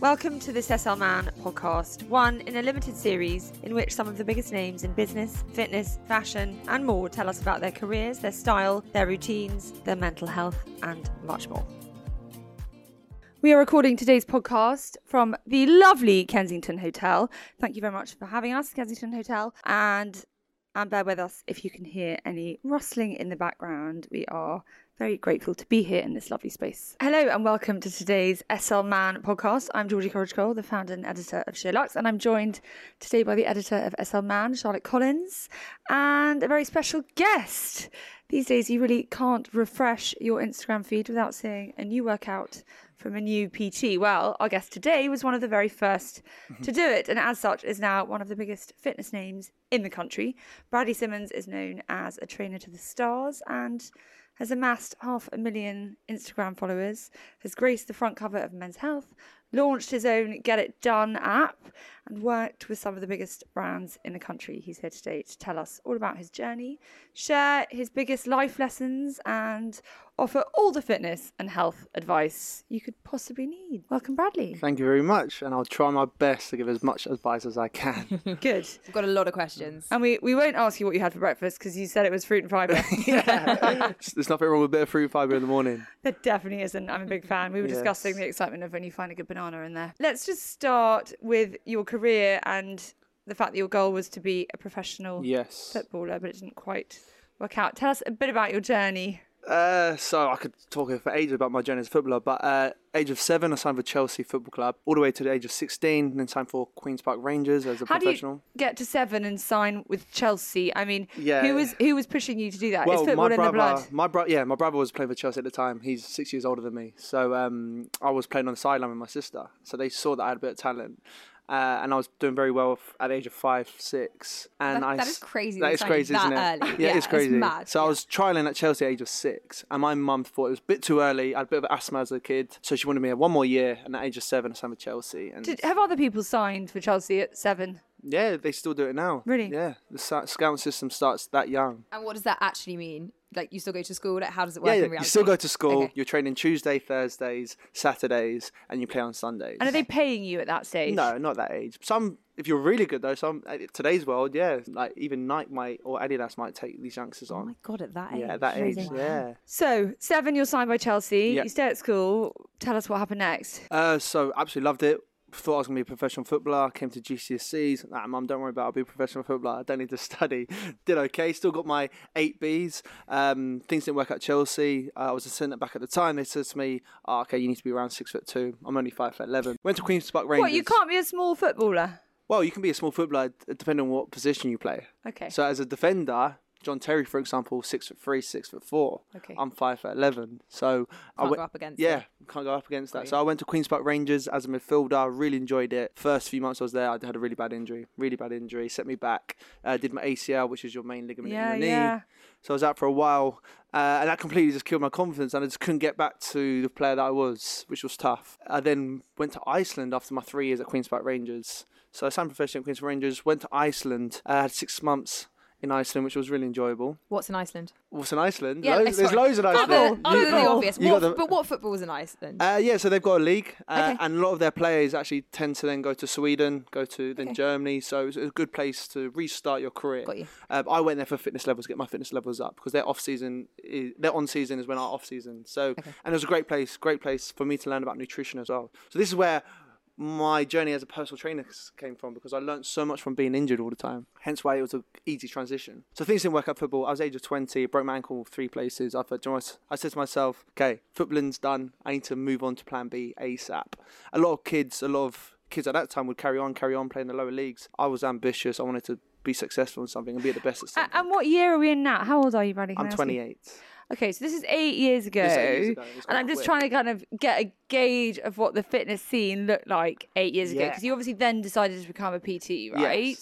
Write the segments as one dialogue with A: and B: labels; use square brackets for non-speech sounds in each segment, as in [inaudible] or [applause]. A: Welcome to this SL Man podcast, one in a limited series in which some of the biggest names in business, fitness, fashion, and more tell us about their careers, their style, their routines, their mental health, and much more. We are recording today's podcast from the lovely Kensington Hotel. Thank you very much for having us, Kensington Hotel. And and bear with us if you can hear any rustling in the background. We are very grateful to be here in this lovely space. Hello and welcome to today's SL Man podcast. I'm Georgie Courage Cole, the founder and editor of Sheer Lux, and I'm joined today by the editor of SL Man, Charlotte Collins, and a very special guest. These days, you really can't refresh your Instagram feed without seeing a new workout from a new PT. Well, our guest today was one of the very first to do it, and as such, is now one of the biggest fitness names in the country. Bradley Simmons is known as a trainer to the stars and has amassed half a million Instagram followers, has graced the front cover of Men's Health, launched his own Get It Done app, and worked with some of the biggest brands in the country. He's here today to tell us all about his journey, share his biggest life lessons, and offer all the fitness and health advice you could possibly need. Welcome, Bradley.
B: Thank you very much, and I'll try my best to give as much advice as
A: [laughs]
B: I can.
A: Good.
C: I've got a lot of questions.
A: And we, we won't ask you what you had for breakfast because you said it was fruit and fibre.
B: There's there's nothing wrong with a bit of fruit fibre in the morning.
A: There definitely isn't. I'm a big fan. We were
B: [laughs] Yes.
A: discussing the excitement of when you find a good banana in there. Let's just start with your career and the fact that your goal was to be a professional
B: Yes.
A: footballer, but it didn't quite work out. Tell us a bit about your journey.
B: Uh, so I could talk here for ages about my journey as a footballer, but uh, age of seven, I signed for Chelsea Football Club, all the way to the age of 16, and then signed for Queen's Park Rangers as a
A: How do
B: professional.
A: you get to seven and sign with Chelsea? I mean,
B: Yeah.
A: who was who was pushing you to do that? Is
B: Well,
A: football
B: my
A: in the blood?
B: brother, my bro- yeah, my brother was playing for Chelsea at the time. He's six years older than me, so um, I was playing on the sideline with my sister. So they saw that I had a bit of talent, uh, and I was doing very well f- at the age of five, six. And
C: That-
B: I
C: that
B: s-
C: is crazy
B: That
C: they
B: is
C: signed
B: crazy,
C: that
B: isn't it? [laughs]
C: early.
B: Yeah,
C: Yeah,
B: it's
C: it's
B: crazy.
C: mad,
B: So I
C: yeah.
B: was trialing at Chelsea at the age of six, and my mum thought it was a bit too early. I had a bit of asthma as a kid, so she wanted me to have one more year. And at the age of seven, I signed with Chelsea. And
A: Did, have other people signed for Chelsea at seven?
B: yeah, they still do it now.
A: Really?
B: Yeah, the sa- scouting system starts that young.
C: And what does that actually mean? Like, you still go to school? Like, how does it work
B: yeah,
C: in reality?
B: you still go to school.
C: Okay.
B: You're training Tuesday, Thursdays, Saturdays, and you play on Sundays.
A: And are
B: [laughs]
A: they paying you at that stage?
B: No, not that age. Some, if you're really good though, some uh, today's world, yeah, like even Nike might or Adidas might take these youngsters
C: Oh
B: on.
C: my god, at that age.
B: yeah, at that age, yeah.
A: So seven, you're signed by Chelsea.
B: Yeah.
A: You stay at school. Tell us what happened next.
B: Uh, so absolutely loved it. Thought I was gonna be a professional footballer. Came to GCSEs. Nah, mum, don't worry about. it. I'll be a professional footballer. I don't need to [laughs] study. Did okay. Still got my eight Bs. Um, things didn't work out. at Chelsea. Uh, I was a centre back at the time. They said to me, oh, "Okay, you need to be around six foot two. I'm only five foot eleven. Went to Queens Park Rangers.
A: What you can't be a small footballer.
B: Well, you can be a small footballer d- depending on what position you play.
A: Okay.
B: So as a defender, John Terry, for example, six foot three, six foot four.
A: Okay.
B: I'm five foot eleven. So I
C: Can't
B: went,
C: go up against
B: Yeah,
C: it.
B: can't go up against that. So I went to Queens Park Rangers as a midfielder. I really enjoyed it. First few months I was there, I had a really bad injury, really bad injury, set me back. Uh, did my ACL, which is your main ligament
A: Yeah,
B: in your knee.
A: yeah.
B: So I was out for a while, uh, and that completely just killed my confidence, and I just couldn't get back to the player that I was, which was tough. I then went to Iceland after my three years at Queens Park Rangers. So I signed professional at Queens Park Rangers, went to Iceland, uh, had six months in Iceland, which was really enjoyable.
C: What's
B: [laughs]
C: in Iceland?
B: What's in Iceland?
C: Yeah,
B: Lo-
C: like,
B: there's
C: sorry.
B: loads in
C: Other,
B: Iceland.
C: other
B: You
C: than
B: got-
C: the obvious.
B: you
C: What,
B: got the-
C: But what football is in Iceland?
B: uh, yeah, so they've got a league, uh,
C: Okay.
B: and a lot of their players actually tend to then go to Sweden, go to then Germany. So it's a good place to restart your career.
C: Got you.
B: Uh, I went there for fitness levels, get my fitness levels up because their off season, is, their on season is when our off season. So and it was a great place, great place for me to learn about nutrition as well. So this is where my journey as a personal trainer s- came from because I learned so much from being injured all the time. Hence why it was an easy transition. So things didn't work out football. I was age of 20, broke my ankle three places. I thought, "Do you know what?" I said to myself, okay, footballing's done. I need to move on to plan B ASAP. A lot of kids, a lot of kids at that time would carry on, carry on playing the lower leagues. I was ambitious. I wanted to be successful in something and be at the best at
A: A-
B: something.
A: and what year are we in now? How old are you, Bradley? Can
B: I'm
A: I ask you?
B: 28.
A: Okay, so this is eight years ago,
B: This is eight years ago, it's
A: and
B: quite
A: I'm just
B: quick.
A: trying to kind of get a gauge of what the fitness scene looked like eight years ago.
B: Yeah.
A: Because you obviously then decided to become a PT, right?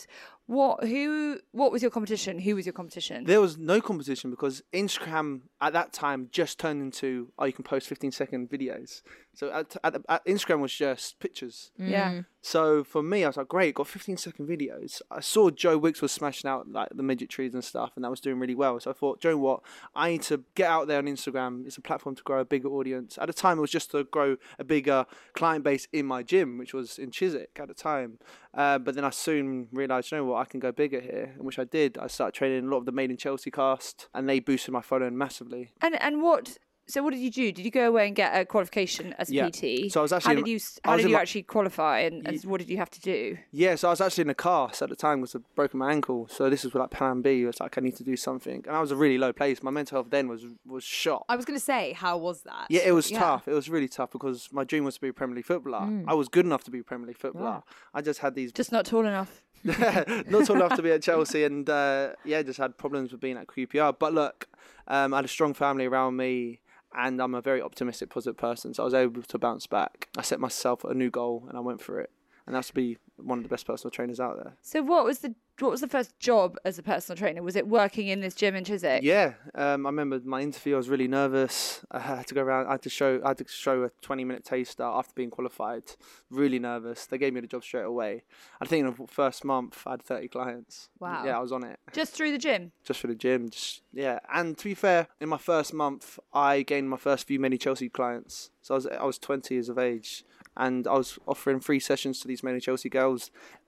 A: What? Who? What was your competition? Who was your competition?
B: There was no competition because Instagram at that time just turned into oh you can post 15 second videos. So at, at, at Instagram was just pictures.
A: yeah.
B: So for me, I was like, great, got 15 second videos. I saw Joe Wicks was smashing out like the midget trees and stuff, and that was doing really well. So I thought, Joe, what? I need to get out there on Instagram. It's a platform to grow a bigger audience. At the time, it was just to grow a bigger client base in my gym, which was in Chiswick at the time. Uh, but then I soon realised, you know what, I can go bigger here, and which I did. I started training a lot of the Made in Chelsea cast, and they boosted my following massively.
A: And and what? So what did you do? Did you go away and get a qualification as a
B: Yeah.
A: PT?
B: So I was
A: How
B: actually in-
A: did you? s-
B: I
A: How
B: was
A: did
B: in
A: you
B: my-
A: actually qualify? And, and what did you have to do?
B: Yeah, so I was actually in a cast at the time because I broken my ankle. So this was like plan B. It was like I need to do something, and I was a really low place. My mental health then was was shot.
C: I was going to say, how was that?
B: yeah, it was tough. It was really tough because my dream was to be a Premier League footballer. I was good enough to be a Premier League footballer. I just had these
A: Just not tall enough.
B: [laughs] not tall enough to be at Chelsea, and uh, yeah, just had problems with being at QPR. But look, um, I had a strong family around me, and I'm a very optimistic, positive person, so I was able to bounce back. I set myself a new goal, and I went for it. And that's to be one of the best personal trainers out there.
A: So what was the what was the first job as a personal trainer? Was it working in this gym in Chiswick?
B: Yeah, um, I remember my interview. I was really nervous. I had to go around. I had to show. I had to show a twenty-minute taster after being qualified. Really nervous. They gave me the job straight away. I think in the first month I had thirty clients.
C: Wow.
B: Yeah, I was on it
A: Just through the gym.
B: just for the gym. Just yeah. And to be fair, in my first month, I gained my first few many Chelsea clients. So I was I was twenty years of age, and I was offering free sessions to these many Chelsea girls.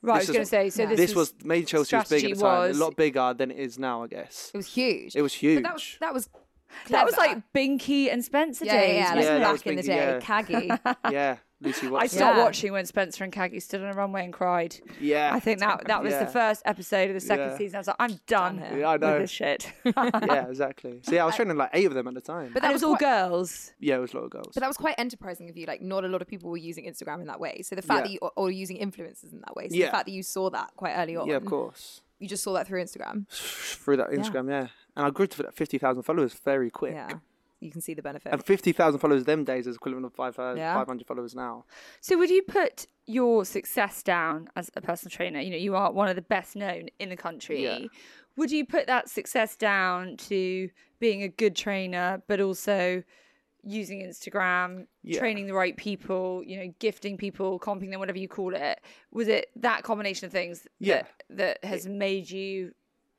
A: Right, I
B: This
A: was going
B: is-
A: to say. So this,
B: was made Chelsea was big at
A: strategy
B: the time,
A: was-
B: a lot bigger than it is now, I guess.
C: It was huge.
B: It was huge.
C: But that was that was
A: that was
C: clever.
A: like Binky and Spencer
C: yeah, yeah,
A: days.
C: yeah, like
A: wasn't
B: Yeah, that
A: it?
C: back
B: was
C: in the
B: big,
C: day,
B: yeah. [laughs]
C: Caggy.
B: yeah, Lucy
A: I
B: Watson.
A: stopped
C: Yeah.
A: watching when Spencer and Kagi stood on a runway and cried.
B: Yeah,
A: I think that that was the
B: Yeah.
A: first episode of the second
B: Yeah.
A: season. I was like, I'm done
C: Done
A: here
C: here.
B: Yeah, I know.
A: with this [laughs] shit.
B: yeah, exactly. So yeah, I was training like eight of them at the time.
C: But
A: That
C: that
A: was
C: was
A: all
C: quite-
A: girls.
B: yeah, it was a lot of girls.
C: But that was quite enterprising of you. Like, not a lot of people were using Instagram in that way. So the fact
B: Yeah.
C: that you or- or using influencers in that way. So
B: Yeah.
C: the fact that you saw that quite early on.
B: yeah, of course.
C: You just saw that through Instagram.
B: Through that Instagram, yeah. And I grew to that 50,000 followers very quick.
C: Yeah. You can see the benefit.
B: And 50,000 followers them days is equivalent of five, uh,
C: Yeah.
B: 500 followers now.
A: So would you put your success down as a personal trainer? You know, you are one of the best known in the country.
B: Yeah.
A: Would you put that success down to being a good trainer, but also using Instagram,
B: Yeah.
A: training the right people, you know, gifting people, comping them, whatever you call it? Was it that combination of things
B: Yeah.
A: that, that has made you,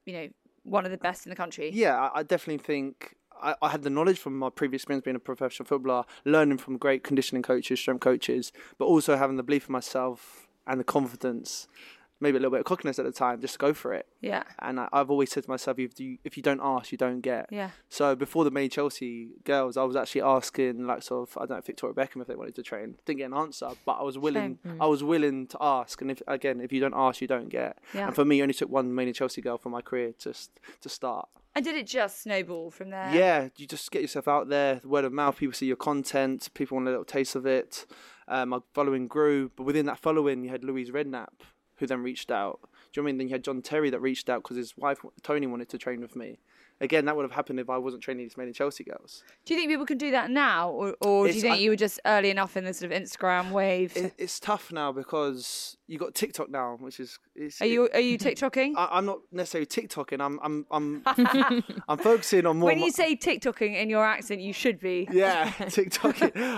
A: you know, one of the best in the country?
B: Yeah, I, I definitely think I, I had the knowledge from my previous experience being a professional footballer, learning from great conditioning coaches, strength coaches, but also having the belief in myself and the confidence, maybe a little bit of cockiness at the time, just to go for it.
A: Yeah.
B: And I, I've always said to myself, if you if you don't ask, you don't get.
A: Yeah.
B: So before the main Chelsea girls, I was actually asking like sort of I don't know Victoria Beckham if they wanted to train. Didn't get an answer, but I was willing.
A: Hmm.
B: I was willing to ask. And if again, if you don't ask, you don't get.
A: Yeah.
B: And for me, it only took one main Chelsea girl for my career to s- to start.
A: And did it just snowball from there?
B: Yeah, you just get yourself out there, word of mouth. People see your content. People want a little taste of it. Um, my following grew, but within that following, you had Louise Redknapp, who then reached out. Do you know what I mean? Then you had John Terry that reached out because his wife Tony wanted to train with me. Again, that would have happened if I wasn't training these mainly Chelsea girls.
A: Do you think people can do that now, or, or do you
B: It's-
A: think
B: I-
A: you were just early enough in the sort of Instagram wave?
B: It, it's tough now because you got TikTok now, which is it's,
A: are you are you TikToking?
B: I, I'm not necessarily TikToking. I'm I'm I'm
A: [laughs]
B: I'm focusing on more.
A: when
B: my-
A: you say TikToking in your accent, you should be.
C: [laughs]
B: yeah, TikTok.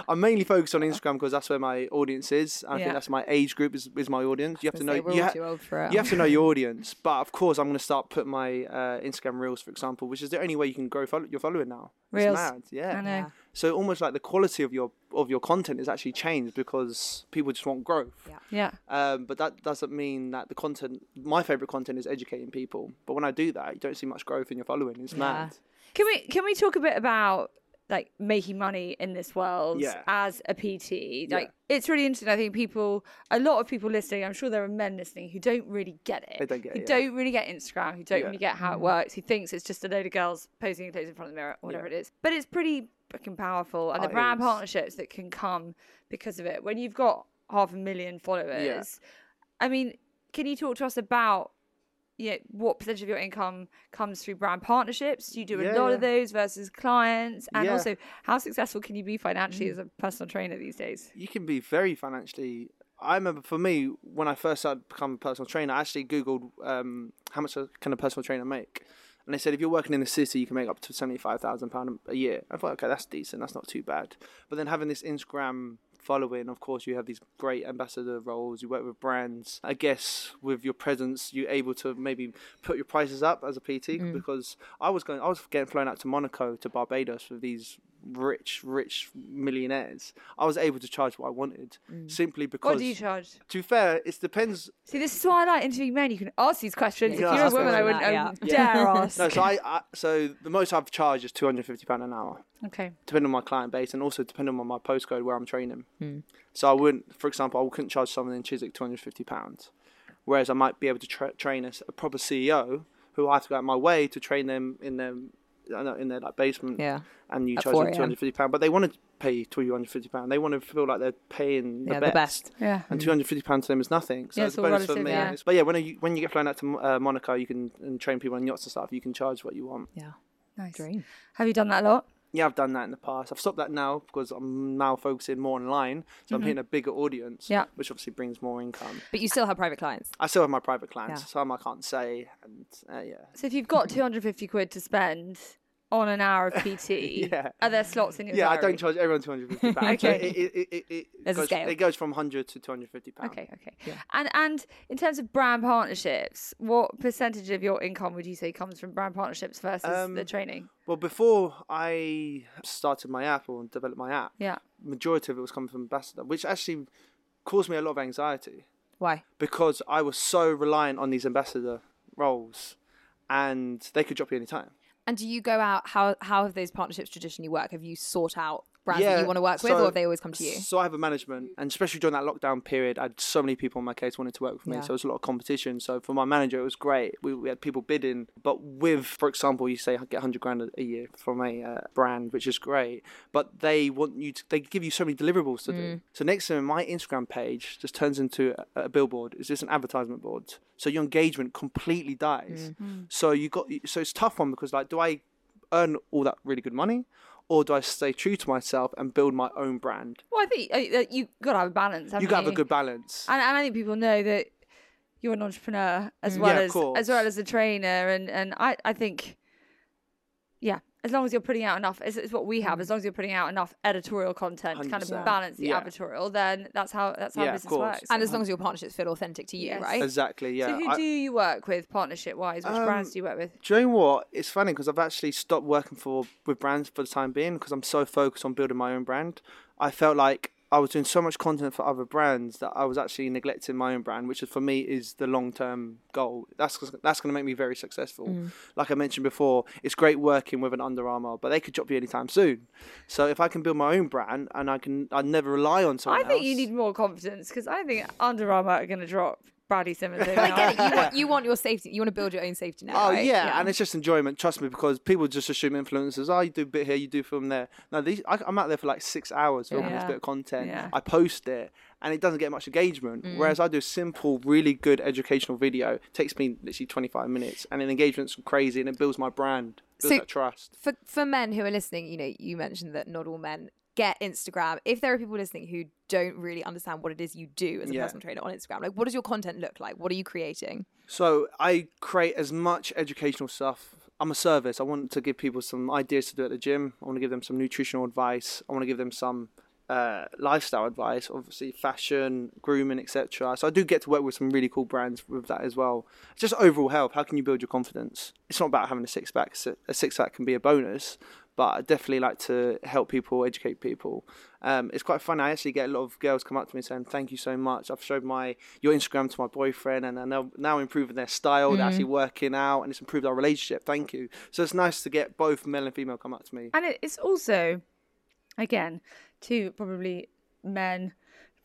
B: I'm mainly focused on Instagram because that's where my audience is. I
A: Yeah.
B: think that's my age group is, is my audience. You have to know
C: gonna say, we're
B: you,
C: all too old for it,
B: you have to know
C: [laughs]
B: your audience. But of course, I'm going to start putting my uh, Instagram reels, for example, which is the only way you can grow follow- your following now. It's
A: Reels.
B: mad, yeah.
A: I know. Yeah.
B: So almost like the quality of your of your content is actually changed because people just want growth. Yeah.
A: Yeah.
B: Um, but that doesn't mean that the content, my favorite content is educating people. But when I do that, you don't see much growth in your following. It's mad.
A: Can we can we talk a bit about like making money in this world
B: Yeah.
A: as a PT?
B: Yeah.
A: Like it's really interesting. I think people, a lot of people listening, I'm sure there are men listening who don't really get it.
B: They don't get
A: who
B: it, yeah.
A: don't really get Instagram. Who don't
B: Yeah. Mm.
A: really get how it works. Who thinks it's just a load of girls posing and clothes in front of the mirror, or whatever it is. But it's pretty fucking powerful, and the
B: Oh, it
A: brand
B: is.
A: partnerships that can come because of it. When you've got half a million followers, I mean, can you talk to us about you know, what percentage of your income comes through brand partnerships? Do you do a
B: Yeah,
A: lot
B: yeah.
A: of those versus clients? And
B: Yeah.
A: also, how successful can you be financially as a personal trainer these days?
B: you can be very financially. I remember for me when I first started to become a personal trainer, I actually googled um, how much can a personal trainer make, and they said if you're working in the city, you can make up to seventy five thousand pound a year. I thought, okay, that's decent, that's not too bad. But then having this Instagram following, of course, you have these great ambassador roles. You work with brands. I guess with your presence, you're able to maybe put your prices up as a PT because I was going, I was getting flown out to Monaco to Barbados with these rich, rich millionaires, I was able to charge what I wanted simply because.
A: Mm. What do you charge?
B: To be fair, it depends.
A: See, this is why I like interviewing men. You can ask these questions.
B: Yeah,
A: if you're a
B: ask
A: woman, I
B: them.
A: wouldn't
C: Yeah.
A: um,
C: [laughs]
A: dare ask. [laughs]
B: No, so I, I so the most I've charged is two hundred fifty pound an hour,
A: Okay.
B: depending on my client base and also depending on my postcode where I'm training. So I wouldn't, for example, I couldn't charge someone in Chiswick two hundred fifty pounds, whereas I might be able to tra- train a, s- a proper CEO who I have to go out my way to train them in their I know, in their like basement.
C: Yeah.
B: And you
C: At
B: charge them
C: 4
B: two
C: a.m.
B: hundred fifty pound, but they want to pay two hundred fifty pound. They want to feel like they're paying the
C: Yeah, the
B: best.
C: best.
A: Yeah.
B: and 250 pounds to them is nothing. So
A: Yeah,
B: it's
A: it's
B: a
A: all
B: bonus for
A: relative,
B: me.
A: yeah.
B: But yeah, when you when you get flown out to uh, Monaco, you can and train people on yachts and stuff. You can charge what you want.
C: Yeah.
A: Nice.
C: Dream.
A: Have you done that a lot?
B: Yeah, I've done that in the past. I've stopped that now because I'm now focusing more online, so I'm hitting a bigger audience.
A: Yeah.
B: which obviously brings more income.
C: But you still have private clients.
B: I still have my private clients,
C: Yeah.
B: some I can't say, and uh, yeah.
A: So if you've got 250 quid to spend on an hour of PT,
B: [laughs] Yeah.
A: are there slots in your
B: Yeah, I
A: diary?
B: don't charge everyone 250 pounds.
A: Okay.
B: it, it, it, it, it,
C: There's a
B: goes,
C: scale.
B: it goes from 100 to 250 pounds.
A: Okay, okay. And and in terms of brand partnerships, what percentage of your income would you say comes from brand partnerships versus the
B: Um,
A: training?
B: Well, before I started my app or developed my app,
A: Yeah.
B: majority of it was coming from ambassador, which actually caused me a lot of anxiety
C: Why?
B: because I was so reliant on these ambassador roles, and they could drop you anytime.
C: And do you go out? How how have those partnerships traditionally work? Have you sought out brands that you want to work with,
B: so-
C: or have they always come to you?
B: So I have a management, and especially during that lockdown period, I had so many people on my case wanted to work with me.
C: Yeah.
B: So there was a lot of competition. So for my manager, it was great. We, we had people bidding, but with, for example, you say I get 100 grand a- a year from a uh, brand, which is great, but they want you to, they give you so many deliverables to
C: Mm.
B: do. So next time, my Instagram page just turns into a, a billboard. It's just an advertisement board. So your engagement completely dies.
C: Mm.
B: So you got, so it's a tough one because like, do I earn all that really good money? Or do I stay true to myself and build my own brand?
A: Well, I think uh, uh, you got to have a balance. haven't
B: you
A: You
B: gotta have a good balance.
A: And, and I think people know that you're an entrepreneur as well
B: Mm. Yeah, of
A: as as well
B: course.
A: as a trainer, and and I I think, yeah, as long as you're putting out enough, it's, it's what we have. As long as you're putting out enough editorial content to kind of
B: 100%.
A: balance the
B: Mm. Yeah.
A: editorial, then that's how that's how
B: Yeah, of
A: business
B: course.
A: works.
C: And as long as your partnerships feel authentic to you,
A: Yes.
C: right?
B: exactly. Yeah.
A: so, who
B: I- Um,
A: do you work with partnership wise? Which brands do you work with?
B: do you know what? It's funny because I've actually stopped working for with brands for the time being because I'm so focused on building my own brand. I felt like I was doing so much content for other brands that I was actually neglecting my own brand, which is, for me is the long term goal. That's that's going to make me very successful.
A: Mm.
B: Like I mentioned before, it's great working with an Under Armour, but they could drop you anytime soon. So if I can build my own brand and I can, I never rely on someone.
A: I think you
B: else-
A: need more confidence because I think Under Armour are going to drop Bradley Simmons. over
C: [laughs] I get it.
A: now.
C: You
B: [laughs]
C: want, you want your safety. You want to build your own safety net.
B: Oh
C: right?
B: yeah. and it's just enjoyment. Trust me, because people just assume influencers. Oh, you do a bit here, you do film there. No, these I, I'm out there for like six hours filming this
A: Yeah.
B: bit of content.
A: Yeah.
B: I post it, and it doesn't get much engagement. Whereas I do a simple, really good educational video. takes me literally 25 minutes, and an engagement's crazy, and it builds my brand, builds
C: So-
B: that trust.
C: for for men who are listening, you know, you mentioned that not all men get Instagram. If there are people listening who don't really understand what it is you do as a
B: Yeah.
C: personal trainer on Instagram, like what does your content look like? What are you creating?
B: So I create as much educational stuff. I'm a service. I want to give people some ideas to do at the gym. I want to give them some nutritional advice. I want to give them some uh, lifestyle advice, obviously fashion, grooming, etc. So I do get to work with some really cool brands with that as well. Just overall health. How can you build your confidence? It's not about having a six pack. A six pack can be a bonus, but I definitely like to help people, educate people. Um, it's quite fun. I actually get a lot of girls come up to me saying, "Thank you so much. I've showed my your Instagram to my boyfriend, and they're now, now improving their style. They're actually working out, and it's improved our relationship. Thank you." So it's nice to get both male and female come up to me.
A: And it- it's also, again, to probably men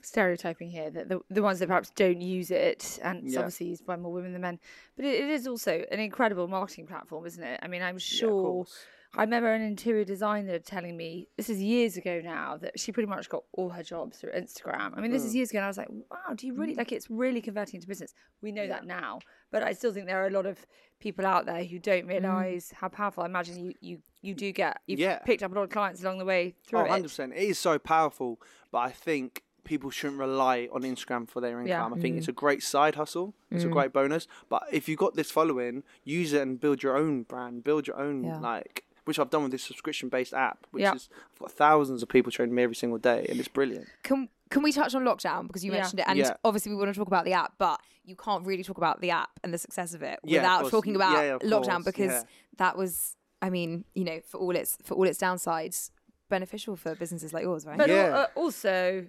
A: stereotyping here that the, the ones that perhaps don't use it and it's
B: Yeah.
A: obviously used by more women than men but it, it is also an incredible marketing platform isn't it i mean i'm
B: Yeah, of
A: sure
B: course.
A: I remember an interior designer telling me this is years ago now that she pretty much got all her jobs through Instagram. I mean, this is
B: Mm.
A: years ago, and I was like, wow, do you really like it's really converting into business? We know that now, but I still think there are a lot of people out there who
B: Mm.
A: don't realize how powerful. I imagine you you you do get you've
B: Yeah.
A: picked up a lot of clients along the way
B: Oh,
A: through it.
B: 100%. It is so powerful, but I think people shouldn't rely on Instagram for their income.
A: Yeah. Mm.
B: I think it's a great side hustle, it's a great bonus. But if you've got this following, use it and build your own brand, build your own,
C: Yeah.
B: like, which I've done with this subscription based app, which
A: Yeah.
B: is, I've got thousands of people training me every single day, and it's brilliant.
C: Can can we touch on lockdown because you
A: Yeah.
C: mentioned it, and
B: Yeah.
C: obviously we want to talk about the app, but you can't really talk about the app and the success of it
B: Yeah, of
C: without
B: course.
C: talking
B: Yeah,
C: about
B: yeah, of
C: lockdown
B: course.
C: because
B: Yeah.
C: that was, I mean, you know, for all its for all its downsides, beneficial for businesses like yours, right?
A: But al-
B: Yeah.
A: uh, also,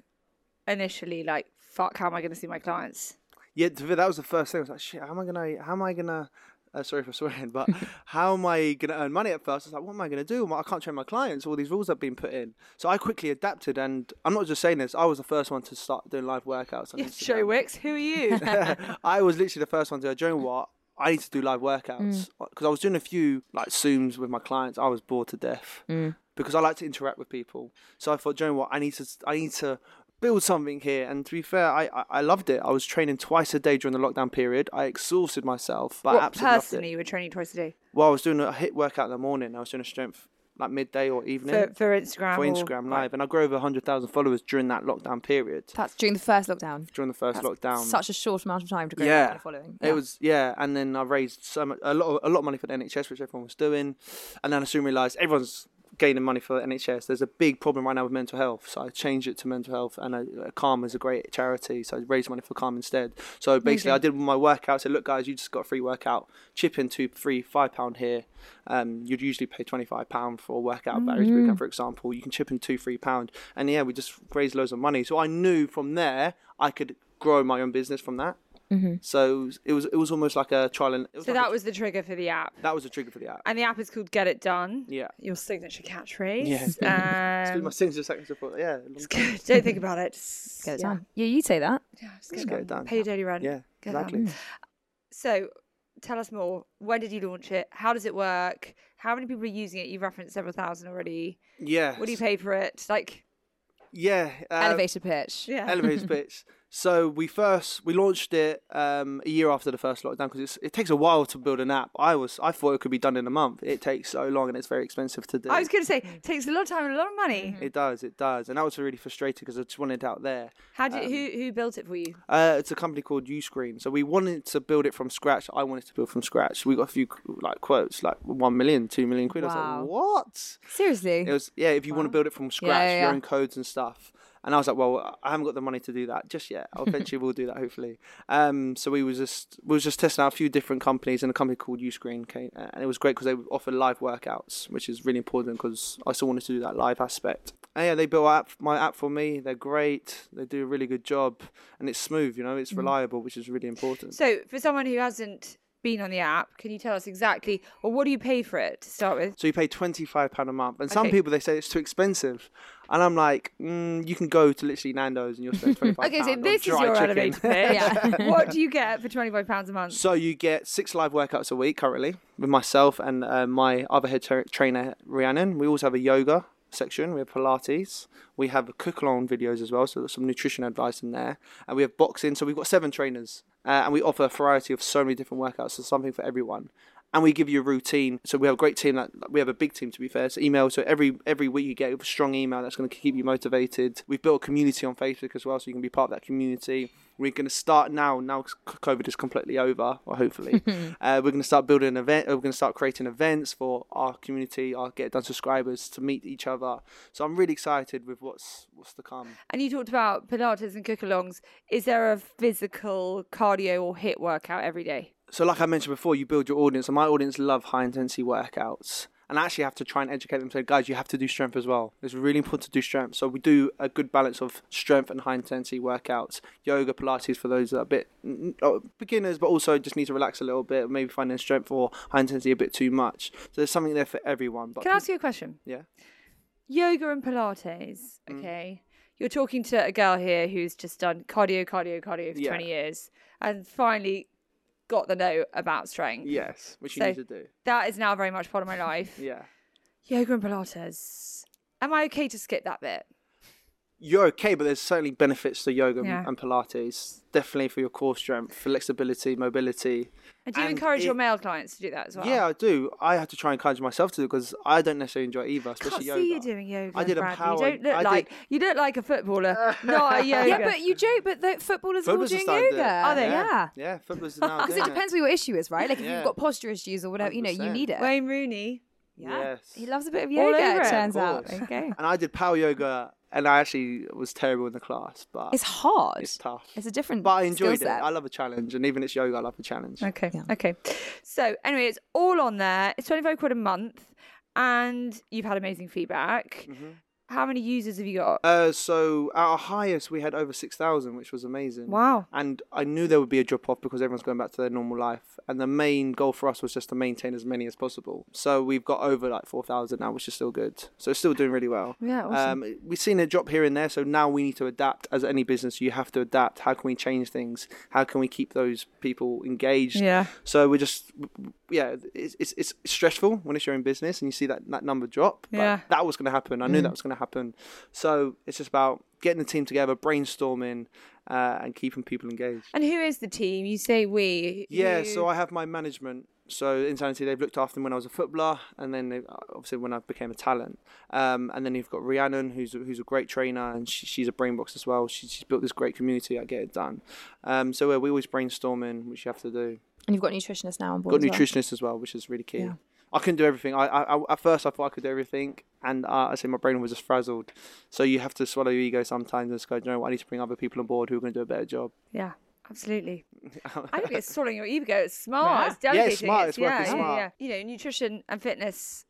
A: initially, like, fuck, how am I going to see my clients? [laughs]
B: Yeah, to be- that was the first thing. I was like, shit, how am I gonna, how am I gonna, uh, sorry for swearing, but [laughs] how am I gonna earn money at first? I was like, what am I gonna do? Am I I can't train my clients. All these rules have been put in. So I quickly adapted, and I'm not just saying this. I was the first one to start doing live workouts. On Instagram.
A: Show Wicks, who are you?
B: [laughs] I was literally the first one to go, "Do
A: Mm.
B: you know what? I need to do live workouts because I was doing a few like Zooms with my clients. I was bored to death
A: Mm.
B: because I like to interact with people. So I thought, "Do you know what? I need to, I need to build something here. And to be fair, I, I, I loved it. I was training twice a day during the lockdown period. I exhausted myself, but I
A: what
B: absolutely loved
A: personally
B: it.
A: you were training twice a day
B: Well, I was doing a hit workout in the morning. I was doing a strength like midday or evening
A: for, for Instagram?
B: for
A: or-
B: Instagram Live, and I grew over hundred thousand followers during that lockdown period.
C: That's during the first lockdown.
B: During the first
C: That's
B: lockdown,
C: such a short amount of time to grow that
B: Um, yeah.
C: kind of following.
B: It was yeah, and then I raised so much, a lot of, a lot of money for the NHS, which everyone was doing, and then I soon realised everyone's gaining money for the NHS. There's a big problem right now with mental health, so I changed it to mental health, and I, uh, Calm is a great charity, so I raised money for Calm instead. So basically, I did my workout. Said, look, guys, you just got a free workout. Chip in two, three, five pound here. Um, you'd usually pay twenty five pound for a workout at Barry's
C: Mm-hmm.
B: Bootcamp, for example. You can chip in two, three pound, and yeah, we just raised loads of money. So I knew from there I could grow my own business from that. So it was it was almost like a trial and it was
A: So
B: like a-
A: that was the trigger for the app.
B: that was a trigger for the app.
A: And the app is called Get It Done.
B: Yeah.
A: Your signature catchphrase. [laughs]
B: Yeah, it's It's been
A: Um,
B: my signature second support. Yeah, long
A: it's
B: time.
A: good. Don't think about it. Just
C: Get it done. Yeah, you say that.
B: Let's get it done.
A: Pay your daily rent.
B: Yeah,
A: Get it done.
B: exactly.
A: So tell us more. When did you launch it? How does it work? How many people are using it? You've referenced several thousand already.
B: Yeah.
A: What do you pay for it? Like,
B: Yeah. Uh, [laughs]
C: Elevator pitch.
A: yeah.
B: Elevator pitch. So we first we launched it um, a year after the first lockdown because it takes a while to build an app. I was I thought it could be done in a month. It takes so long and it's very expensive to do.
A: I was going to say,
B: Mm-hmm.
A: it takes a lot of time and a lot of money.
B: it does, it does, and I was really frustrated because I just wanted it out there.
A: How
B: Um,
A: did who who built it for you?
B: Uh, it's a company called Uscreen. So we wanted to build it from scratch. I wanted to build from scratch. We got a few like quotes, like one million, two million quid. I
C: Wow.
B: was like, what?
C: Seriously.
B: It was yeah. If you want to build it from scratch,
C: yeah,
B: your
C: yeah.
B: own codes and stuff. And I was like, well, I haven't got the money to do that just
C: [laughs]
B: yet. Eventually, we'll do that, hopefully. Um, so we was just we was just testing out a few different companies, and a company called Uscreen came, uh, and it was great because they offer live workouts, which is really important because I still wanted to do that live aspect. And yeah, they built my app, my app for me. They're great. They do a really good job, and it's smooth. You know, it's
C: Mm.
B: reliable, which is really important.
A: So for someone who hasn't been on the app, can you tell us exactly? Well, what do you pay for it to start with?
B: So you pay twenty five pound a month, and some
A: Okay.
B: people they say it's too expensive, and I'm like, mm, you can go to literally Nando's and you'll
A: [laughs]
B: spend twenty five.
A: Okay, so this is your
B: [laughs]
A: elevator pitch. what do you get for twenty five pounds a month?
B: So you get six live workouts a week currently with myself and uh, my other head tra- trainer Rhiannon. We also have a yoga section. We have Pilates. We have cook-along videos as well, so there's some nutrition advice in there, and we have boxing. So we've got seven trainers, uh, and we offer a variety of so many different workouts. So something for everyone. And we give you a routine. So we have a great team. That we have a big team, to be fair. So email. So every every week you get a strong email that's going to keep you motivated. We've built a community on Facebook as well, so you can be part of that community. We're going to start now. Now c- COVID is completely over, or hopefully, uh, we're going to start building an event. We're going to start creating events for our community, our Get It Done subscribers to meet each other. So I'm really excited with what's what's to come.
A: And you talked about Pilates and cook-alongs. Is there a physical cardio or hit workout every day?
B: So like I mentioned before, you build your audience, and my audience love high intensity workouts. And I actually have to try and educate them. Say, guys, you have to do strength as well. It's really important to do strength. So we do a good balance of strength and high intensity workouts, yoga, Pilates for those that are a bit n- uh, beginners, but also just need to relax a little bit. Maybe finding strength or high intensity a bit too much. So there's something there for everyone. But
A: Can I ask you a question?
B: yeah.
A: Yoga and Pilates.
B: Mm.
A: Okay, you're talking to a girl here who's just done cardio, cardio, cardio for
B: Yeah.
A: twenty years, and finally got the note about strength.
B: Yes, which you
A: So-
B: need to do.
A: That is now very much part of my life.
B: [laughs] Yeah.
A: yoga and Pilates. Am I okay to skip that bit?
B: You're okay, but there's certainly benefits to yoga and-
A: Yeah.
B: and Pilates. Definitely for your core strength, flexibility, mobility.
A: And do you
B: And
A: encourage your
B: it-
A: male clients to do that as well?
B: Yeah, I do. I have to try and encourage myself to do because I don't necessarily enjoy E it either,
A: Can't
B: especially yoga.
A: see you doing yoga.
B: I did
A: Brad.
B: a power.
A: You don't look
B: I
A: like
B: Did,
A: you look like a
B: [laughs]
A: footballer, not a yoga.
C: Yeah, but you joke, but the footballers are all
B: footballers
C: doing
B: started
C: yoga.
B: doing it.
C: Are they?
B: Yeah.
C: Yeah.
B: Yeah, footballers are now
C: Because
B: doing
C: it depends what your issue is, right? Like if
B: Yeah.
C: you've got posture issues or whatever, you know, you
B: 100%.
C: need it.
A: Wayne Rooney.
B: Yes.
C: He loves a bit of
A: All
C: yoga,
A: over
C: it
A: it,
C: turns
B: of
C: out.
B: course.
C: Okay.
B: And I did power yoga, and I actually was terrible in the class, but
C: It's hard.
B: It's tough.
C: It's a different
B: But I
C: skill
B: enjoyed it.
C: set.
B: I love a challenge, and even it's yoga, I love a challenge.
A: [laughs] Okay. Okay. So anyway, it's all on there. It's twenty five quid a month, and you've had amazing feedback.
B: Mm-hmm.
A: How many users have you got?
B: Uh, so at our highest, we had over six thousand, which was amazing.
A: Wow.
B: And I knew there would be a drop off because everyone's going back to their normal life, and the main goal for us was just to maintain as many as possible. So we've got over like four thousand now, which is still good. So it's still doing really well.
A: Yeah, awesome.
B: Um, we've seen a drop here and there, so now we need to adapt. As any business, you have to adapt. How can we change things? How can we keep those people engaged?
A: Yeah.
B: So we're just, yeah, it's, it's, it's stressful when it's your own business and you see that, that number drop. But
A: Yeah. Mm.
B: That was going to happen. I knew that was going to happen. So it's just about getting the team together, brainstorming, uh, and keeping people engaged.
A: And who is the team? You say we.
B: Yeah,
A: Who-
B: so I have my management. So Insanity, they've looked after me when I was a footballer, and then they, obviously when I became a talent. Um, and then you've got Rhiannon, who's a, who's a great trainer, and she, she's a brainbox as well. She, she's built this great community. I get it done. Um, so yeah, we always brainstorming, which you have to do.
C: And you've got a nutritionist now on board.
B: Got
C: as well.
B: nutritionist as well, which is really key. I couldn't do everything. I, I, I at first I thought I could do everything, and uh, I say my brain was just frazzled. So you have to swallow your ego sometimes and just go, "Do you know, what? I need to bring other people on board who are going to do a better job.
A: Yeah.
B: [laughs]
A: Absolutely. I don't get swallowing your ego. It's smart. It's
B: Yeah, it's
A: delegating.
B: smart, it's working
A: yeah,
B: smart.
A: Yeah, yeah. You know, nutrition and fitness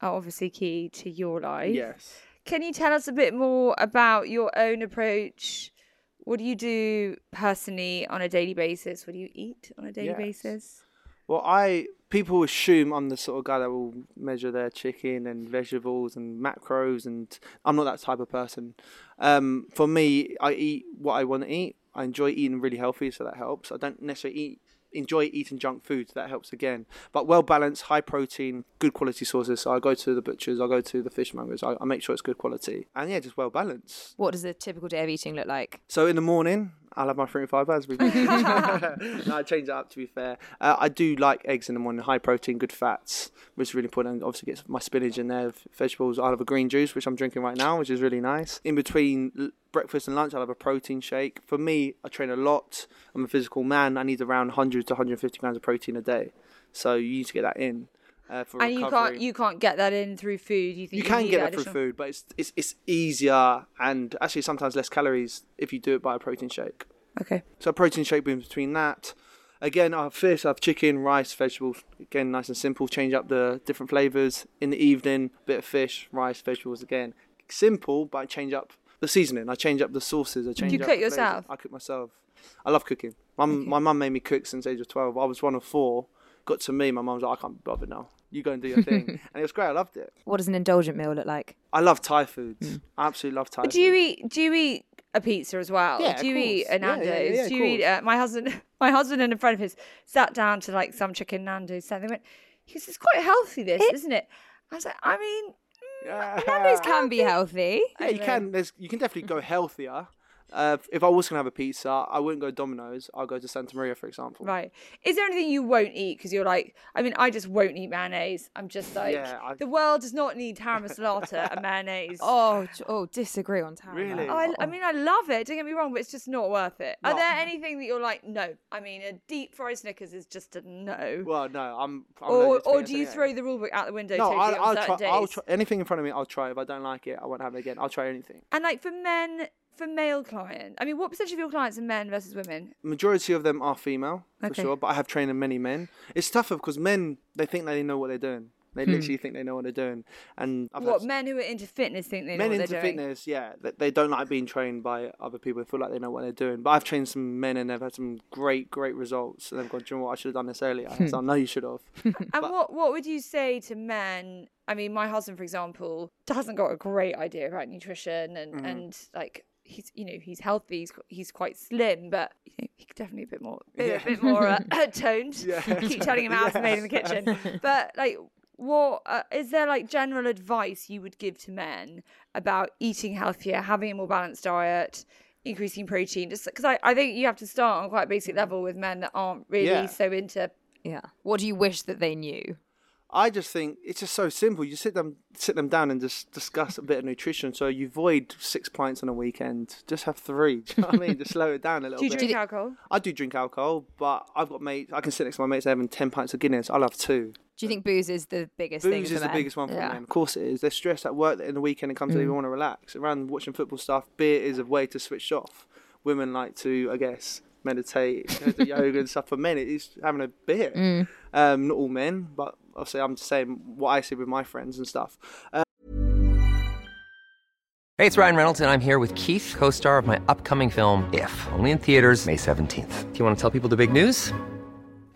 A: are obviously key to your life.
B: Yes.
A: Can you tell us a bit more about your own approach? What do you do personally on a daily basis? What do you eat on a daily
B: Yes.
A: basis?
B: Well, I people assume I'm the sort of guy that will measure their chicken and vegetables and macros, and I'm not that type of person. Um, for me, I eat what I want to eat. I enjoy eating really healthy, so that helps. I don't necessarily eat enjoy eating junk food, so that helps again. But well balanced, high protein, good quality sources. So I go to the butchers, I go to the fishmongers, I, I make sure it's good quality, and yeah, just well balanced.
C: What does a typical day of eating look like?
B: So in the morning, I'll have my fruit and fibre
A: [laughs]
B: as [laughs] we go. no, I change it up to be fair. Uh, I do like eggs in the morning, high protein, good fats, which is really important. Obviously, gets my spinach in there, f- vegetables. I'll have a green juice, which I'm drinking right now, which is really nice. In between l- breakfast and lunch, I'll have a protein shake. For me, I train a lot. I'm a physical man. I need around 100 to 150 grams of protein a day. So you need to get that in. Uh, for
A: And you
B: recovery
A: can't you can't get that in through food. You think
B: you can
A: need
B: get that through
A: additional-
B: food, but it's, it's it's easier and actually sometimes less calories if you do it by a protein shake.
A: Okay.
B: So a protein shake in between that. Again, I have fish, I have chicken, rice, vegetables. Again, nice and simple. Change up the different flavors in the evening. Bit of fish, rice, vegetables. Again, simple, but I change up the seasoning. I change up the sauces. I change.
A: you
B: up
A: cook
B: the flavours.
A: yourself?
B: I cook myself. I love cooking. My my mum made me cook since the age of twelve. I was one of four. Got to me, my mum was like, I can't be bothered now. You go and do
A: [laughs]
B: your thing, and it was great. I loved it.
C: What does an indulgent meal look like?
B: I love Thai foods. I absolutely love Thai.
A: Mm. But do you
B: food.
A: eat do you eat a pizza as well?
B: Yeah,
A: do you
B: of
A: eat
B: course.
A: a
B: Yeah, yeah,
A: Nando's?
B: yeah, of
A: do you eat
B: course.
A: uh, my husband [laughs] my husband and a friend of his sat down to like some chicken Nando's and they went, He goes, It's quite healthy this, is isn't it? I was like, I mean [laughs]
B: Yeah.
C: Nando's can be healthy.
B: Yeah, you can. There's you can definitely
A: [laughs]
B: go healthier. Uh, if I was gonna have a pizza, I wouldn't go Domino's. I'll go to Santa Maria, for example.
A: Right. Is there anything you won't eat because you're like, I mean, I just won't eat mayonnaise. I'm just like,
B: Yeah, I-
A: the world does not need taramasalata and
B: [laughs]
A: mayonnaise.
C: Oh, j- oh, disagree on time.
B: Really?
A: I, I mean, I love it. Don't get me wrong, but it's just not worth it. Are
B: No.
A: there anything that you're like, no? I mean, a deep fried Snickers is just a no.
B: Well, no, I'm. I'm
A: or
B: allergic to
A: or
B: peanuts
A: do you
B: anyway.
A: throw the rule book out the window?
B: No,
A: totally
B: I'll,
A: on
B: I'll try.
A: certain
B: I'll
A: days?
B: try anything in front of me. I'll try. If I don't like it, I won't have it again. I'll try anything.
A: And like for men, for male clients, I mean, what percentage of your clients are men versus women?
B: Majority of them are female for
A: Okay.
B: sure, but I have trained many men. It's tougher because men they think they know what they're doing. They literally think they know what they're doing, and I've had
A: Hmm. What men who are into fitness think they know
B: men
A: what
B: into
A: they're doing?
B: fitness, yeah, they, they don't like being trained by other people. They feel like they know what they're doing. But I've trained some men and they've had some great, great results. And they've gone, do you know what? I should have done this earlier. so I
A: Hmm.
B: know you
A: [laughs]
B: should have.
A: And what what would you say to men? I mean, my husband, for example, hasn't got a great idea about nutrition and
B: Mm.
A: and like he's you know he's healthy, he's he's quite slim, but you know, he's definitely a bit [laughs]
B: [laughs]
A: more a bit more uh, toned. Keep telling him out to made in the kitchen. But like, what uh, is there like general advice you would give to men about eating healthier, having a more balanced diet, increasing protein? Just because I, I think you have to start on quite a basic level with men that aren't really
B: Mm. Yeah.
A: so into.
C: Yeah. What do you wish that they knew?
B: I just think it's just so simple. You sit them sit them down and just discuss a bit of nutrition. So you avoid six pints on a weekend. Just have three. [laughs] Do you know what I mean? Just slow Oh, it down a little
A: Do you
B: bit.
A: drink alcohol?
B: I do drink alcohol, but I've got mates. I can sit next to my mates they're having ten pints of Guinness. I'll have two.
C: Do you think booze is the biggest thing?
B: Booze
C: for
B: is the
C: men?
B: biggest one for
C: yeah. Mm.
B: men. Of course it is. They're stressed at work in the weekend and come to they want to relax. Around watching football stuff, beer is a way to switch off. Women like to, I guess, meditate,
C: [laughs]
B: go to yoga and stuff. For men, it is having a beer.
C: Mm.
B: Um, not all men, but obviously I'm just saying what I see with my friends and stuff. Uh,
D: Hey, it's Ryan Reynolds, and I'm here with Keith, co star of my upcoming film, If, only in theaters, May 17th. Do you want to tell people the big news?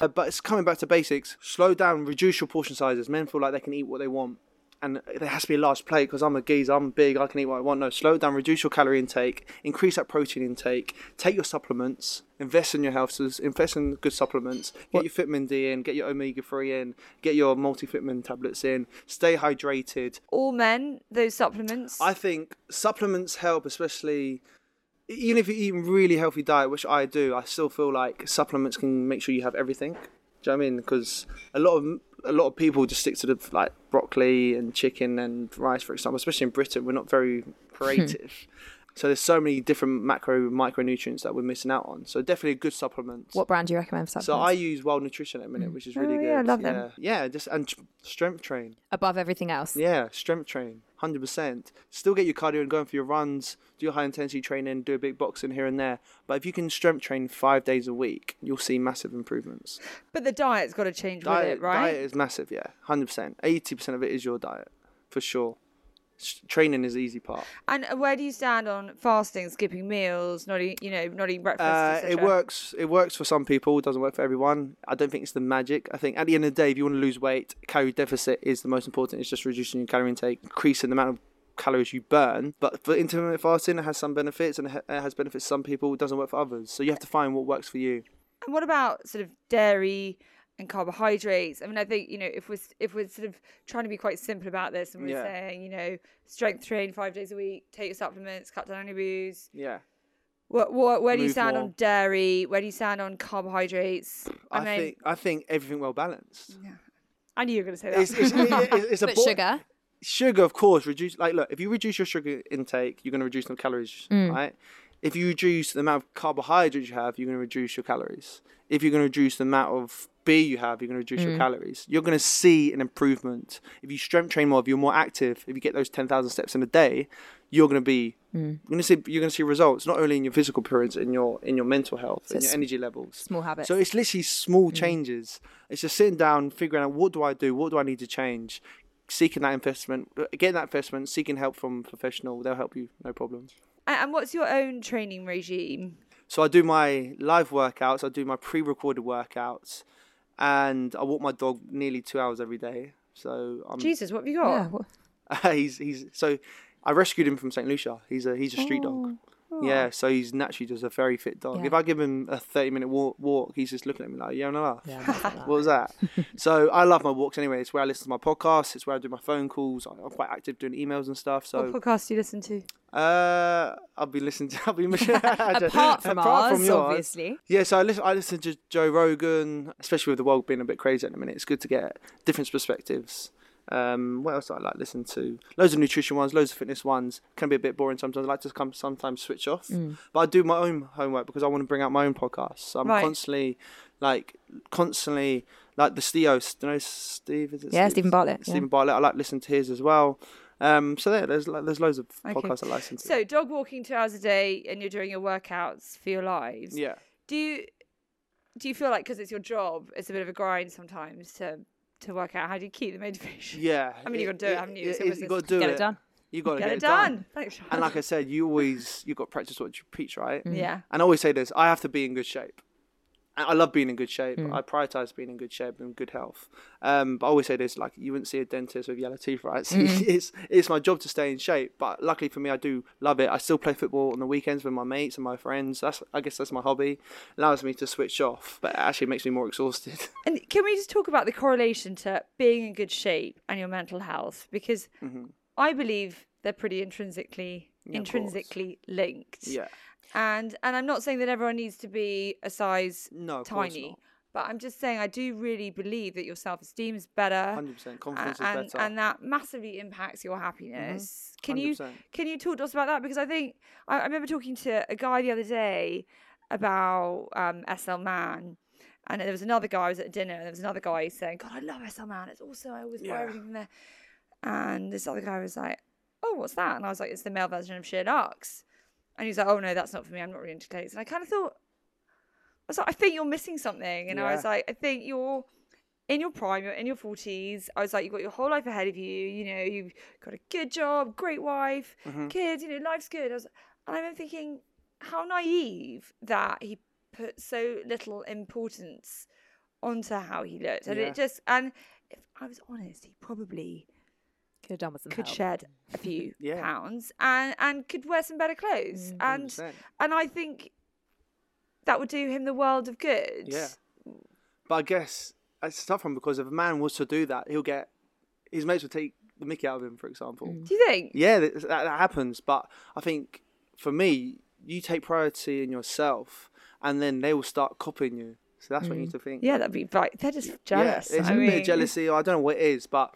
B: uh, but it's coming back to basics. Slow down, reduce your portion sizes. Men feel like they can eat what they want. And there has to be a large plate because I'm a geezer, I'm big, I can eat what I want. No, slow it down, reduce your calorie intake, increase that protein intake, take your supplements, invest in your health, so invest in good supplements, get your vitamin D in, get your omega 3 in, get your multivitamin tablets in, stay hydrated.
A: All men those supplements.
B: I think supplements help, especially even if you're eating really healthy diet, which I do. I still feel like supplements can make sure you have everything. Do you know what I mean? Because a lot of a lot of people just stick to the like broccoli and chicken and rice, for example. Especially in Britain, we're
A: [laughs]
B: not very creative. So there's so many different macro and micronutrients that we're missing out on. So definitely good supplements.
C: What brand do you recommend for
B: so I
C: supplements?
B: use Wild Nutrition at the minute, which is
A: Oh,
B: really good.
A: yeah, I love them.
B: Yeah, yeah, just and tr- strength train.
C: Above everything else.
B: Yeah, strength train, hundred percent. Still get your cardio and going for your runs, do your high intensity training, do a bit boxing here and there. But if you can strength train five days a week, you'll see massive improvements.
A: but the diet's got to change with it, right?
B: diet is massive, yeah, hundred percent. Eighty percent of it is your diet, for sure. S- Training is the easy part.
A: And uh, where do you stand on fasting, skipping meals, not eat, you know, not eating breakfast?
B: Uh, it
A: etc.?
B: works. It works for some people. It doesn't work for everyone. I don't think it's the magic. I think at the end of the day, if you want to lose weight, calorie deficit is the most important. It's just reducing your calorie intake, increasing the amount of calories you burn. But for intermittent fasting, it has some benefits, and it ha- it has benefits for some people. It doesn't work for others. So you have to find what works for you.
A: And what about sort of dairy and carbohydrates? I mean, I think you know, if we're s- if we're sort of trying to be quite simple about this, and we're
B: Yeah.
A: saying you know, strength train five days a week, take your supplements, cut down on your booze.
B: Yeah.
A: What, what, where do you
B: Move
A: stand
B: more.
A: on dairy? Where do you stand on carbohydrates?
B: I, think I think everything well balanced.
A: I knew you were going to say that. [laughs]
B: It's, it's, it's, it's [laughs] a
C: But
B: bo-
C: sugar.
B: sugar of course reduce like look if you reduce your sugar intake you're going to reduce the calories right if you reduce the amount of carbohydrates you have you're going to reduce your calories if you're going to reduce the amount of beer you have you're going to reduce your calories you're going to see an improvement if you strength train more if you're more active if you get those 10,000 steps in a day you're going to be you're going to see you're going to see results not only in your physical appearance in your in your mental health in your
C: it's
B: energy levels
C: small habits. Mm.
B: so it's literally small changes. It's just sitting down, figuring out what do I do, what do I need to change, seeking that investment, uh, getting that investment, seeking help from a professional. They'll help you, no problem.
A: A- and what's your own training regime?
B: So I do my live workouts, I do my pre-recorded workouts, and I walk my dog nearly two hours every day. So I'm
A: Jesus, what have you got?
C: Yeah, wha-
B: [laughs] he's he's so I rescued him from St Lucia. He's a he's a street dog. Yeah, so he's naturally just a very fit dog.
C: Oh, Yeah.
B: If I give him a thirty minute walk, walk, he's just looking at me like, "Yeah, no, laugh." [laughs] what was that? so I love my walks anyway. It's where I listen to my podcasts. It's where I do my phone calls. I- I'm quite active doing emails and stuff. So
C: [laughs]
A: What podcast do you listen to?
B: uh, I'll be listening to. I'll be [laughs]
C: Apart from ours,
B: yours.
C: obviously.
B: Yeah, so I listen. I listen to Joe Rogan, especially with the world being a bit crazy at the minute. It's good to get different perspectives Um, what else do I like listen to? Loads of nutrition ones, loads of fitness ones. Can be a bit boring sometimes. I like to come sometimes switch off, but I do my own homework because I want to bring out my own podcast. So I'm
E: Right.
B: constantly, like, constantly like the Steo. Do you know Steve? Is it
C: Yeah,
B: Steve?
C: Stephen Bartlett, yeah.
B: Stephen Bartlett. I like listening to his as well. Um, so there, there's like, there's loads of
A: Okay.
B: podcasts I listen to.
A: So dog walking two hours a day, and you're doing your workouts for your lives.
B: yeah.
A: Do you do you feel like because it's your job, it's a bit of a grind sometimes to to work out how do you keep the motivation?
B: Yeah.
A: I mean, you gotta do it, haven't you? It's almost this-
B: you got to do
C: Get it done.
B: You got to
A: Get,
B: get,
A: it done. Thanks. Sean.
B: And like I said, you always you got to practice what you preach, right?
A: yeah.
B: And I always say this: I have to be in good shape. And I love being in good shape. I prioritize being in good shape and good health. Um, but I always say this: like you wouldn't see a dentist with yellow teeth, right? [laughs] So it's it's my job to stay in shape. But luckily for me, I do love it. I still play football on the weekends with my mates and my friends. That's I guess that's my hobby. Allows me to switch off, but it actually makes me more exhausted.
A: And can we just talk about the correlation to being in good shape and your mental health? Because I believe they're pretty intrinsically
B: Mm-hmm. Yeah, of course.
A: intrinsically linked.
B: yeah.
A: And and I'm not saying that everyone needs to be a size
B: No, of course
A: tiny.
B: not.
A: But I'm just saying I do really believe that your self esteem is better.
B: 100%, confidence
A: a- and,
B: is better. Mm-hmm.
A: And that massively impacts your happiness. Can you
B: 100%.
A: can you talk to us about that? Because I think I, I remember talking to a guy the other day about um, SL Man. And there was another guy, I was at dinner, and there was another guy saying, God, I love SL Man. It's also, I always
B: Yeah.
A: wear everything there. And this other guy was like, Oh, what's that? And I was like, It's the male version of Sheer Lux. And he was like, Oh, no, that's not for me. I'm not really into clothes. And I kind of thought, I was like, I think you're missing something. And I was
B: Yeah.
A: like, I think you're in your prime, you're in your 40s. I was like, You've got your whole life ahead of you. You know, you've got a good job, great wife,
B: Mm-hmm.
A: kids, you know, life's good. I was, and I remember thinking, How naive that he put so little importance onto how he looked. And
B: Yeah.
A: it just, and if I was honest, he probably
C: Could have done with some
A: could
C: help.
A: shed a few
B: [laughs] Yeah. Mm,
A: pounds and and could wear some better clothes and
B: 100%.
A: and I think that would do him the world of good.
B: Yeah. But I guess it's a tough one because if a man was to do that, he'll get his mates will take the mickey out of him, for example.
A: Do you think?
B: Yeah, that, that that happens. But I think for me, you take priority in yourself, and then they will start copying you. So that's what you need to think.
A: Yeah, that'd be right. They're just jealous.
B: Yeah, it's
A: I
B: a bit
A: mean-
B: of jealousy. I don't know what it is, but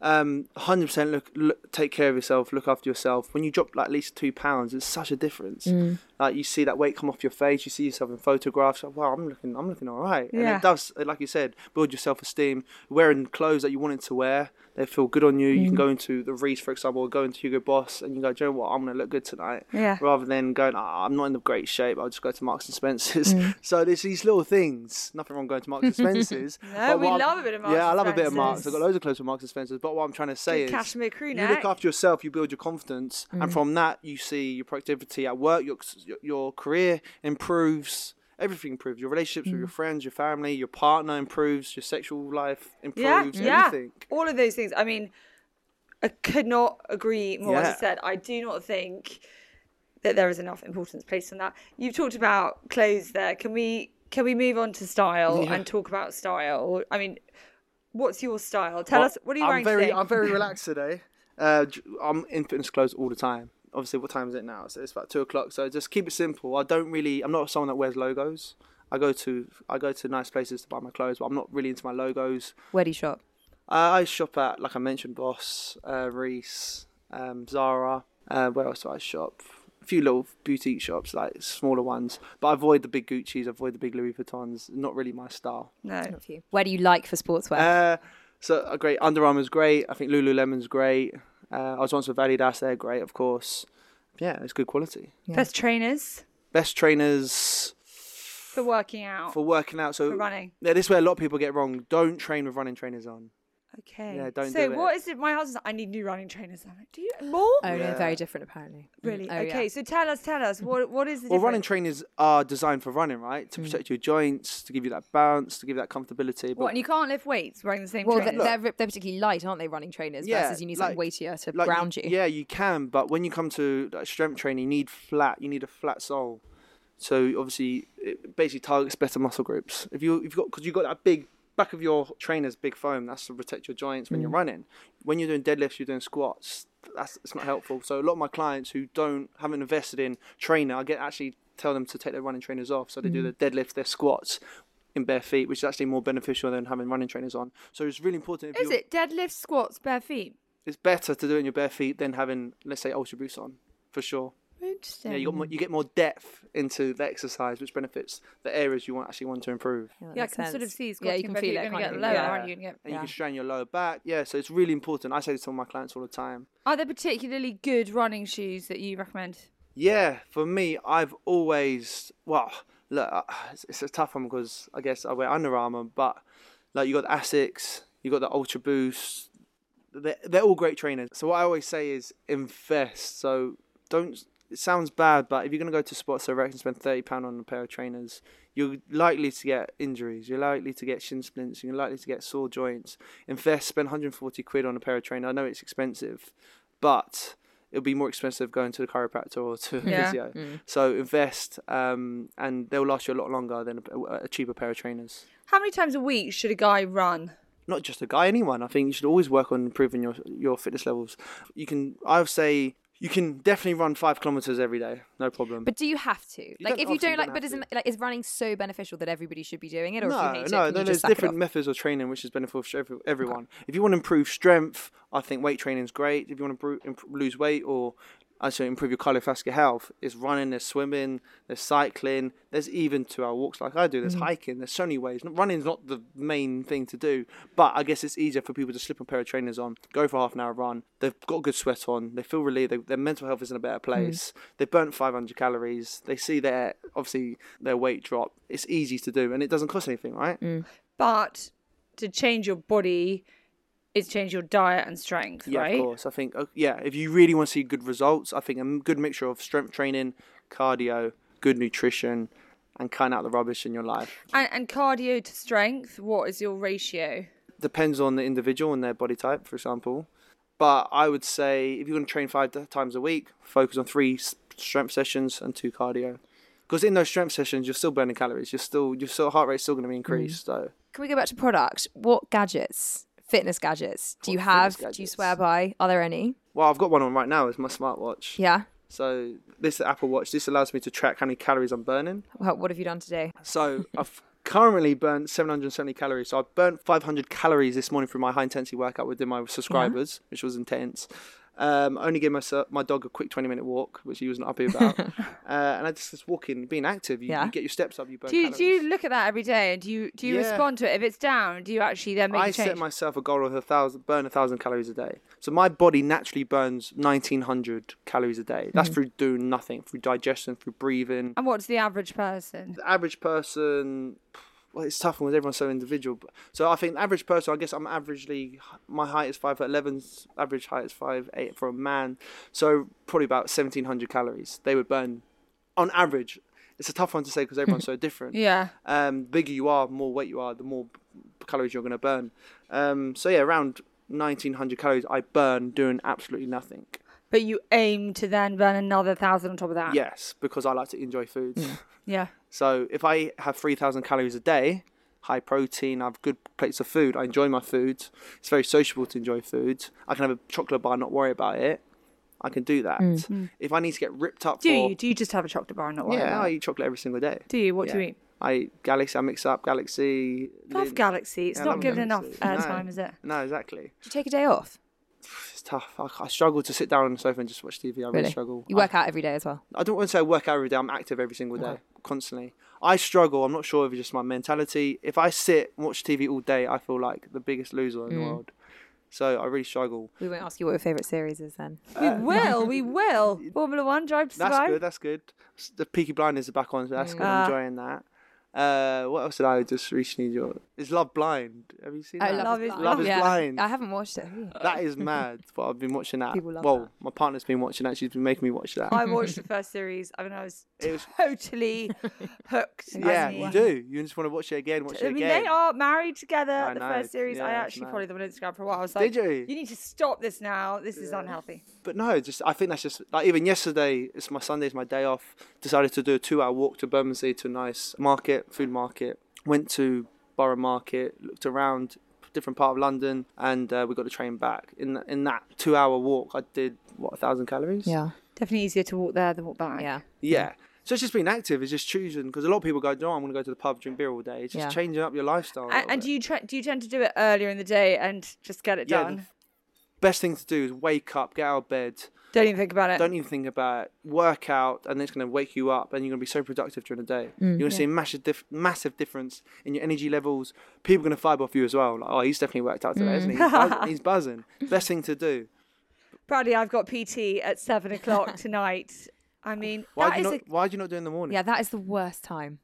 B: um, 100% look, look, take care of yourself, look after yourself. When you drop like at least two pounds, it's such a difference.
A: Mm.
B: Like you see that weight come off your face, you see yourself in photographs. Like, wow, I'm looking, I'm looking all right. And
A: Yeah.
B: it does, like you said, build your self esteem. Wearing clothes that you wanted to wear, they feel good on you. You
A: Mm.
B: can go into the Reese, for example, or go into Hugo Boss, and you go, Do you know what? I'm gonna look good tonight.
A: Yeah.
B: Rather than going, "Ah, I'm not in the great shape. I'll just go to Marks and Spencers.
A: Mm.
B: [laughs] so there's these little things. Nothing wrong going
A: [laughs]
B: to Marks and Spencers.
A: No, we
B: what I'm-
A: love a bit of Marks
B: Yeah, I
A: and
B: love a bit of Marks. I've
A: Spencers.
B: got loads of clothes from Marks and Spencers. But what I'm trying to say
A: Good
B: is,
A: cashmere crew
B: you
A: neck.
B: look after yourself, you build your confidence,
A: Mm.
B: and from that you see your productivity at work, your your, your career improves. Everything improves. Your relationships
A: Mm.
B: with your friends, your family, your partner improves. Your sexual life improves. Everything.
A: All of those things. I mean, I could not agree more. As I
B: Yeah.
A: said, I do not think that there is enough importance placed on that. You've talked about clothes there. Can we can we move on to style and talk about style? I mean, what's your style? Tell us what are you
B: I'm
A: wearing
B: very,
A: today?
B: I'm
A: [laughs]
B: very relaxed today. Uh, j- I'm in fitness clothes all the time. Obviously, what time is it now? So it's about two o'clock. So just keep it simple. I don't really. I'm not someone that wears logos. I go to I go to nice places to buy my clothes, but I'm not really into my logos.
C: Where do you shop?
B: Uh, I shop at, like I mentioned, Boss, uh, Reese, um, Zara. Uh, where else do I shop? A few little boutique shops, like smaller ones. But I avoid the big Gucci's, avoid the big Louis Vuittons. Not really my style.
A: no.
C: Not for you. Where do you like for sportswear?
B: Uh, so uh, great. Under Armour's great. I think Lululemon's great. Uh, I was once with Adidas. They're great, of course. Yeah, it's good quality.
A: Best trainers
B: Best trainers
A: for working out.
B: for working out. So
A: Oh. For running.
B: Yeah, this is where a lot of people get wrong. Don't train with running trainers on.
A: okay.
B: Yeah, don't
A: so
B: do it.
A: what is it? My husband's like, I need new running trainers. I'm like, do you more?
C: oh no,
B: yeah.
C: very different apparently. Mm,
A: Really?
C: oh, yeah.
A: okay. So tell us, tell us what what is the
B: Well, running
A: difference?
B: trainers are designed for running, right?
A: Mm.
B: To protect your joints, to give you that bounce, to give that comfortability. But
A: What? And you can't lift weights wearing the same
C: Well,
A: trainers.
C: th- they're, they're particularly light, aren't they? Running trainers versus you need something weightier to
B: like
C: ground you.
B: Yeah, you can, but when you come to like, strength training, you need flat. You need a flat sole. So obviously, it basically targets better muscle groups. If you if you've got because you've got that big back of your trainer's big foam, that's to protect your joints when you're
C: Mm.
B: running. When you're doing deadlifts, you're doing squats. That's it's not helpful. So a lot of my clients who don't haven't
C: Mm.
B: invested in trainer, I get actually tell them to take their running trainers off. So they do their deadlifts, their squats in bare feet, which is actually more beneficial than having running trainers on. So it's really important. If
A: Is
B: you're-
A: it deadlift, squats, bare feet?
B: It's better to do it in your bare feet than having, let's say, ultra boots on, for sure.
A: Interesting.
B: Yeah, you got more, you get more depth into the exercise, which benefits the areas you want actually want to improve.
C: that
A: Yeah, I
C: makes
A: can sort of
C: sense.
A: see squats.
C: Yeah, you can feel
A: You're going
C: it.
A: to
C: can't
A: get
C: you?
A: lower,
C: Yeah.
A: aren't you? You're gonna get-
B: And you can strain your lower back. Yeah, so it's really important. I say this to all my clients all the time.
A: Are there particularly good running shoes that you recommend?
B: Yeah, for me, I've always well, look, I- it's, it's a tough one because I guess I wear Under Armour, but like you got the Asics, you got the Ultra Boost. They're, they're all great trainers. So what I always say is invest. So don't. It sounds bad, but if you're gonna go to Sports Direct and spend thirty pound on a pair of trainers, you're likely to get injuries. You're likely to get shin splints. You're likely to get sore joints. Invest, spend 140 quid on a pair of trainers. I know it's expensive, but it'll be more expensive going to the chiropractor or to a
A: Yeah.
B: physio. So invest, um, and they'll last you a lot longer than a, a cheaper pair of trainers.
A: How many times a week should a guy run?
B: Not just a guy, anyone. I think you should always work on improving your your fitness levels. You can, I would say, you can definitely run five kilometers every day, no problem.
C: But do you have to? like,
B: don't-
C: if you
B: obviously
C: don't
B: you
C: like,
B: don't
C: but
B: have
C: isn't like is running so beneficial that everybody should be doing it, or
B: no,
C: if you hate
B: no,
C: it, can
B: no,
C: you
B: there's
C: just sack it
B: different
C: off?
B: methods of training which is beneficial for every- everyone. If you want to improve strength, I think weight training is great. If you want to bru- imp- lose weight or actually improve your cardiovascular health, it's running, there's swimming, there's cycling, there's even two-hour walks like I do. There's hiking. There's so many ways. Not- Running's not the main thing to do, but I guess it's easier for people to slip a pair of trainers on, go for half an hour run. They've got good sweat on. They feel relieved. They, their mental health is in a better place. They burnt 500 calories. They see their obviously their weight drop. It's easy to do, and it doesn't cost anything, right?
A: But to change your body is change your diet and strength,
B: Yeah,
A: right?
B: of course. I think uh, yeah, if you really want to see good results, I think a m- good mixture of strength training, cardio, good nutrition, and cutting out the rubbish in your life
A: And, and cardio to strength, what is your ratio?
B: depends on the individual and their body type, for example. But I would say if you're going to train five t- times a week, focus on three s- strength sessions and two cardio. Because in those strength sessions, you're still burning calories. You're still your still heart rate's still going to be increased. So
C: Can we go back to product? What gadgets, fitness gadgets, do you
B: What
C: have?
B: fitness
C: Do you
B: gadgets?
C: swear by? Are there any?
B: well, I've got one on right now. Is my smartwatch.
C: Yeah.
B: So this Apple Watch. This allows me to track how many calories I'm burning.
C: What, what have you done today?
B: So I've currently burnt 770 calories. So I burnt 500 calories this morning through my high intensity workout within my subscribers, which was intense. Um, I only gave my my dog a quick 20 minute walk, which he wasn't
A: [laughs]
B: happy about. uh, and I just was walking, being active. You,
C: Yeah.
B: you get your steps up, you burn
A: Do you, do
B: calories.
A: you look at that every day and do you do you
B: Yeah.
A: respond to it? If it's down, do you actually then make
B: I
A: a change?
B: set myself a goal of a thousand, burn a thousand calories a day. So my body naturally burns 1900 calories a day.
A: Mm-hmm.
B: That's through doing nothing, through digestion, through breathing.
A: and what's the average person?
B: the average person well it's tough because everyone's so individual but, so i think the average person i guess i'm averagely my height is 5 foot 11 average height is 5 8 for a man so probably about 1700 calories they would burn on average it's a tough one to say because
A: [laughs]
B: everyone's so different
A: Yeah.
B: um, bigger you are, more weight you are, the more calories you're going to burn. Um, so yeah, around 1900 calories I burn doing absolutely nothing.
A: But you aim to then burn another thousand on top of that.
B: Yes, because I like to enjoy foods.
A: Ah. Yeah.
B: So if I have 3,000 calories a day, high protein, I have good plates of food, I enjoy my food. It's very sociable to enjoy food. I can have a chocolate bar, and not worry about it. I can do that. If I need to get ripped up
A: Mm. Do
B: for,
A: you? Do you just have a chocolate bar and not worry
B: yeah,
A: about
B: I
A: it?
B: eat chocolate every single day.
A: Do you? What do you eat?
B: I eat Galaxy. I mix up Galaxy.
A: Love
B: Lin-
A: Galaxy. It's
B: Yeah, I
A: not
B: love
A: given
B: Galaxy.
A: enough
B: No.
A: uh, time, is it?
B: No, exactly.
C: Do you take a day off?
B: It's tough. I, I struggle to sit down on the sofa and just watch TV. I really,
C: Really?
B: struggle.
C: You
B: I-
C: work out every day as well.
B: I don't want to say I work out every day. I'm active every single day, constantly. I struggle. I'm not sure if it's just my mentality. If I sit and watch TV all day, I feel like the biggest loser
C: Mm.
B: in the world. So I really struggle.
C: We won't ask you what your favorite series is then.
A: [laughs] we will. We will. Formula One Drive to
B: That's
A: Survive.
B: good. That's good. S- The Peaky Blinders are back on, so that's
C: Mm.
B: good.
C: Ah.
B: I'm enjoying that. Uh, what else did I just recently enjoy? Is Love Blind? Have you seen
C: Oh,
B: that?
C: Love is
B: Love is
C: Yeah.
B: Blind.
C: I haven't watched it. have [laughs] you?
B: That is mad. But I've been watching that.
C: People love
B: well,
C: that.
B: my partner's been watching that. She's been making me watch
A: [laughs]
B: that.
A: I watched the first series. I mean, I was
B: It was-
A: [laughs] totally hooked. I
B: yeah,
A: mean-
B: you do. You just want to watch it again. Watch
A: I
B: it
A: mean,
B: again.
A: they are married together.
B: I
A: the
B: know,
A: first series, I
B: yeah, it's
A: actually
B: mad.
A: followed them on Instagram for a while. I was like,
B: you?
A: need to stop this now. This is unhealthy.
B: but no, just I think that's just like even yesterday. It's my Sunday's my day off. Decided to do a two-hour walk to Bermondsey to a nice market, food market. Went to Borough Market, looked around different part of London, and uh, we got the train back. In in that two-hour walk, I did what a thousand calories.
C: Yeah.
A: Definitely easier to walk there than walk back.
C: Yeah.
B: Yeah. So it's just being active. It's just choosing because a lot of people go, "No, I'm going to go to the pub, drink beer all day." It's just
C: Yeah.
B: changing up your lifestyle. a
A: And,
B: little
A: and
B: bit.
A: do you try, do you tend to do it earlier in the day and just get it
B: Yeah, the
A: done?
B: best thing to do is wake up, get out of bed,
A: Don't even think about
C: Uh,
A: it.
B: don't even think about it, work out, and it's going to wake you up, and you're going to be so productive during the day.
C: Mm,
B: you're going to see a massive, dif- massive difference in your energy levels. People are going to vibe off you as well. Like, oh, he's definitely worked out today, isn't he? He's
C: Mm.
B: buzzing. he's buzzing.
C: [laughs]
B: Best thing to do. e-
A: Bradley, I've got PT at seven
B: [laughs]
A: o'clock tonight. I mean,
B: Why
A: that
B: do you
A: is
B: not?
A: a,
B: Why do you not do it in the morning?
C: Yeah, that is the worst time.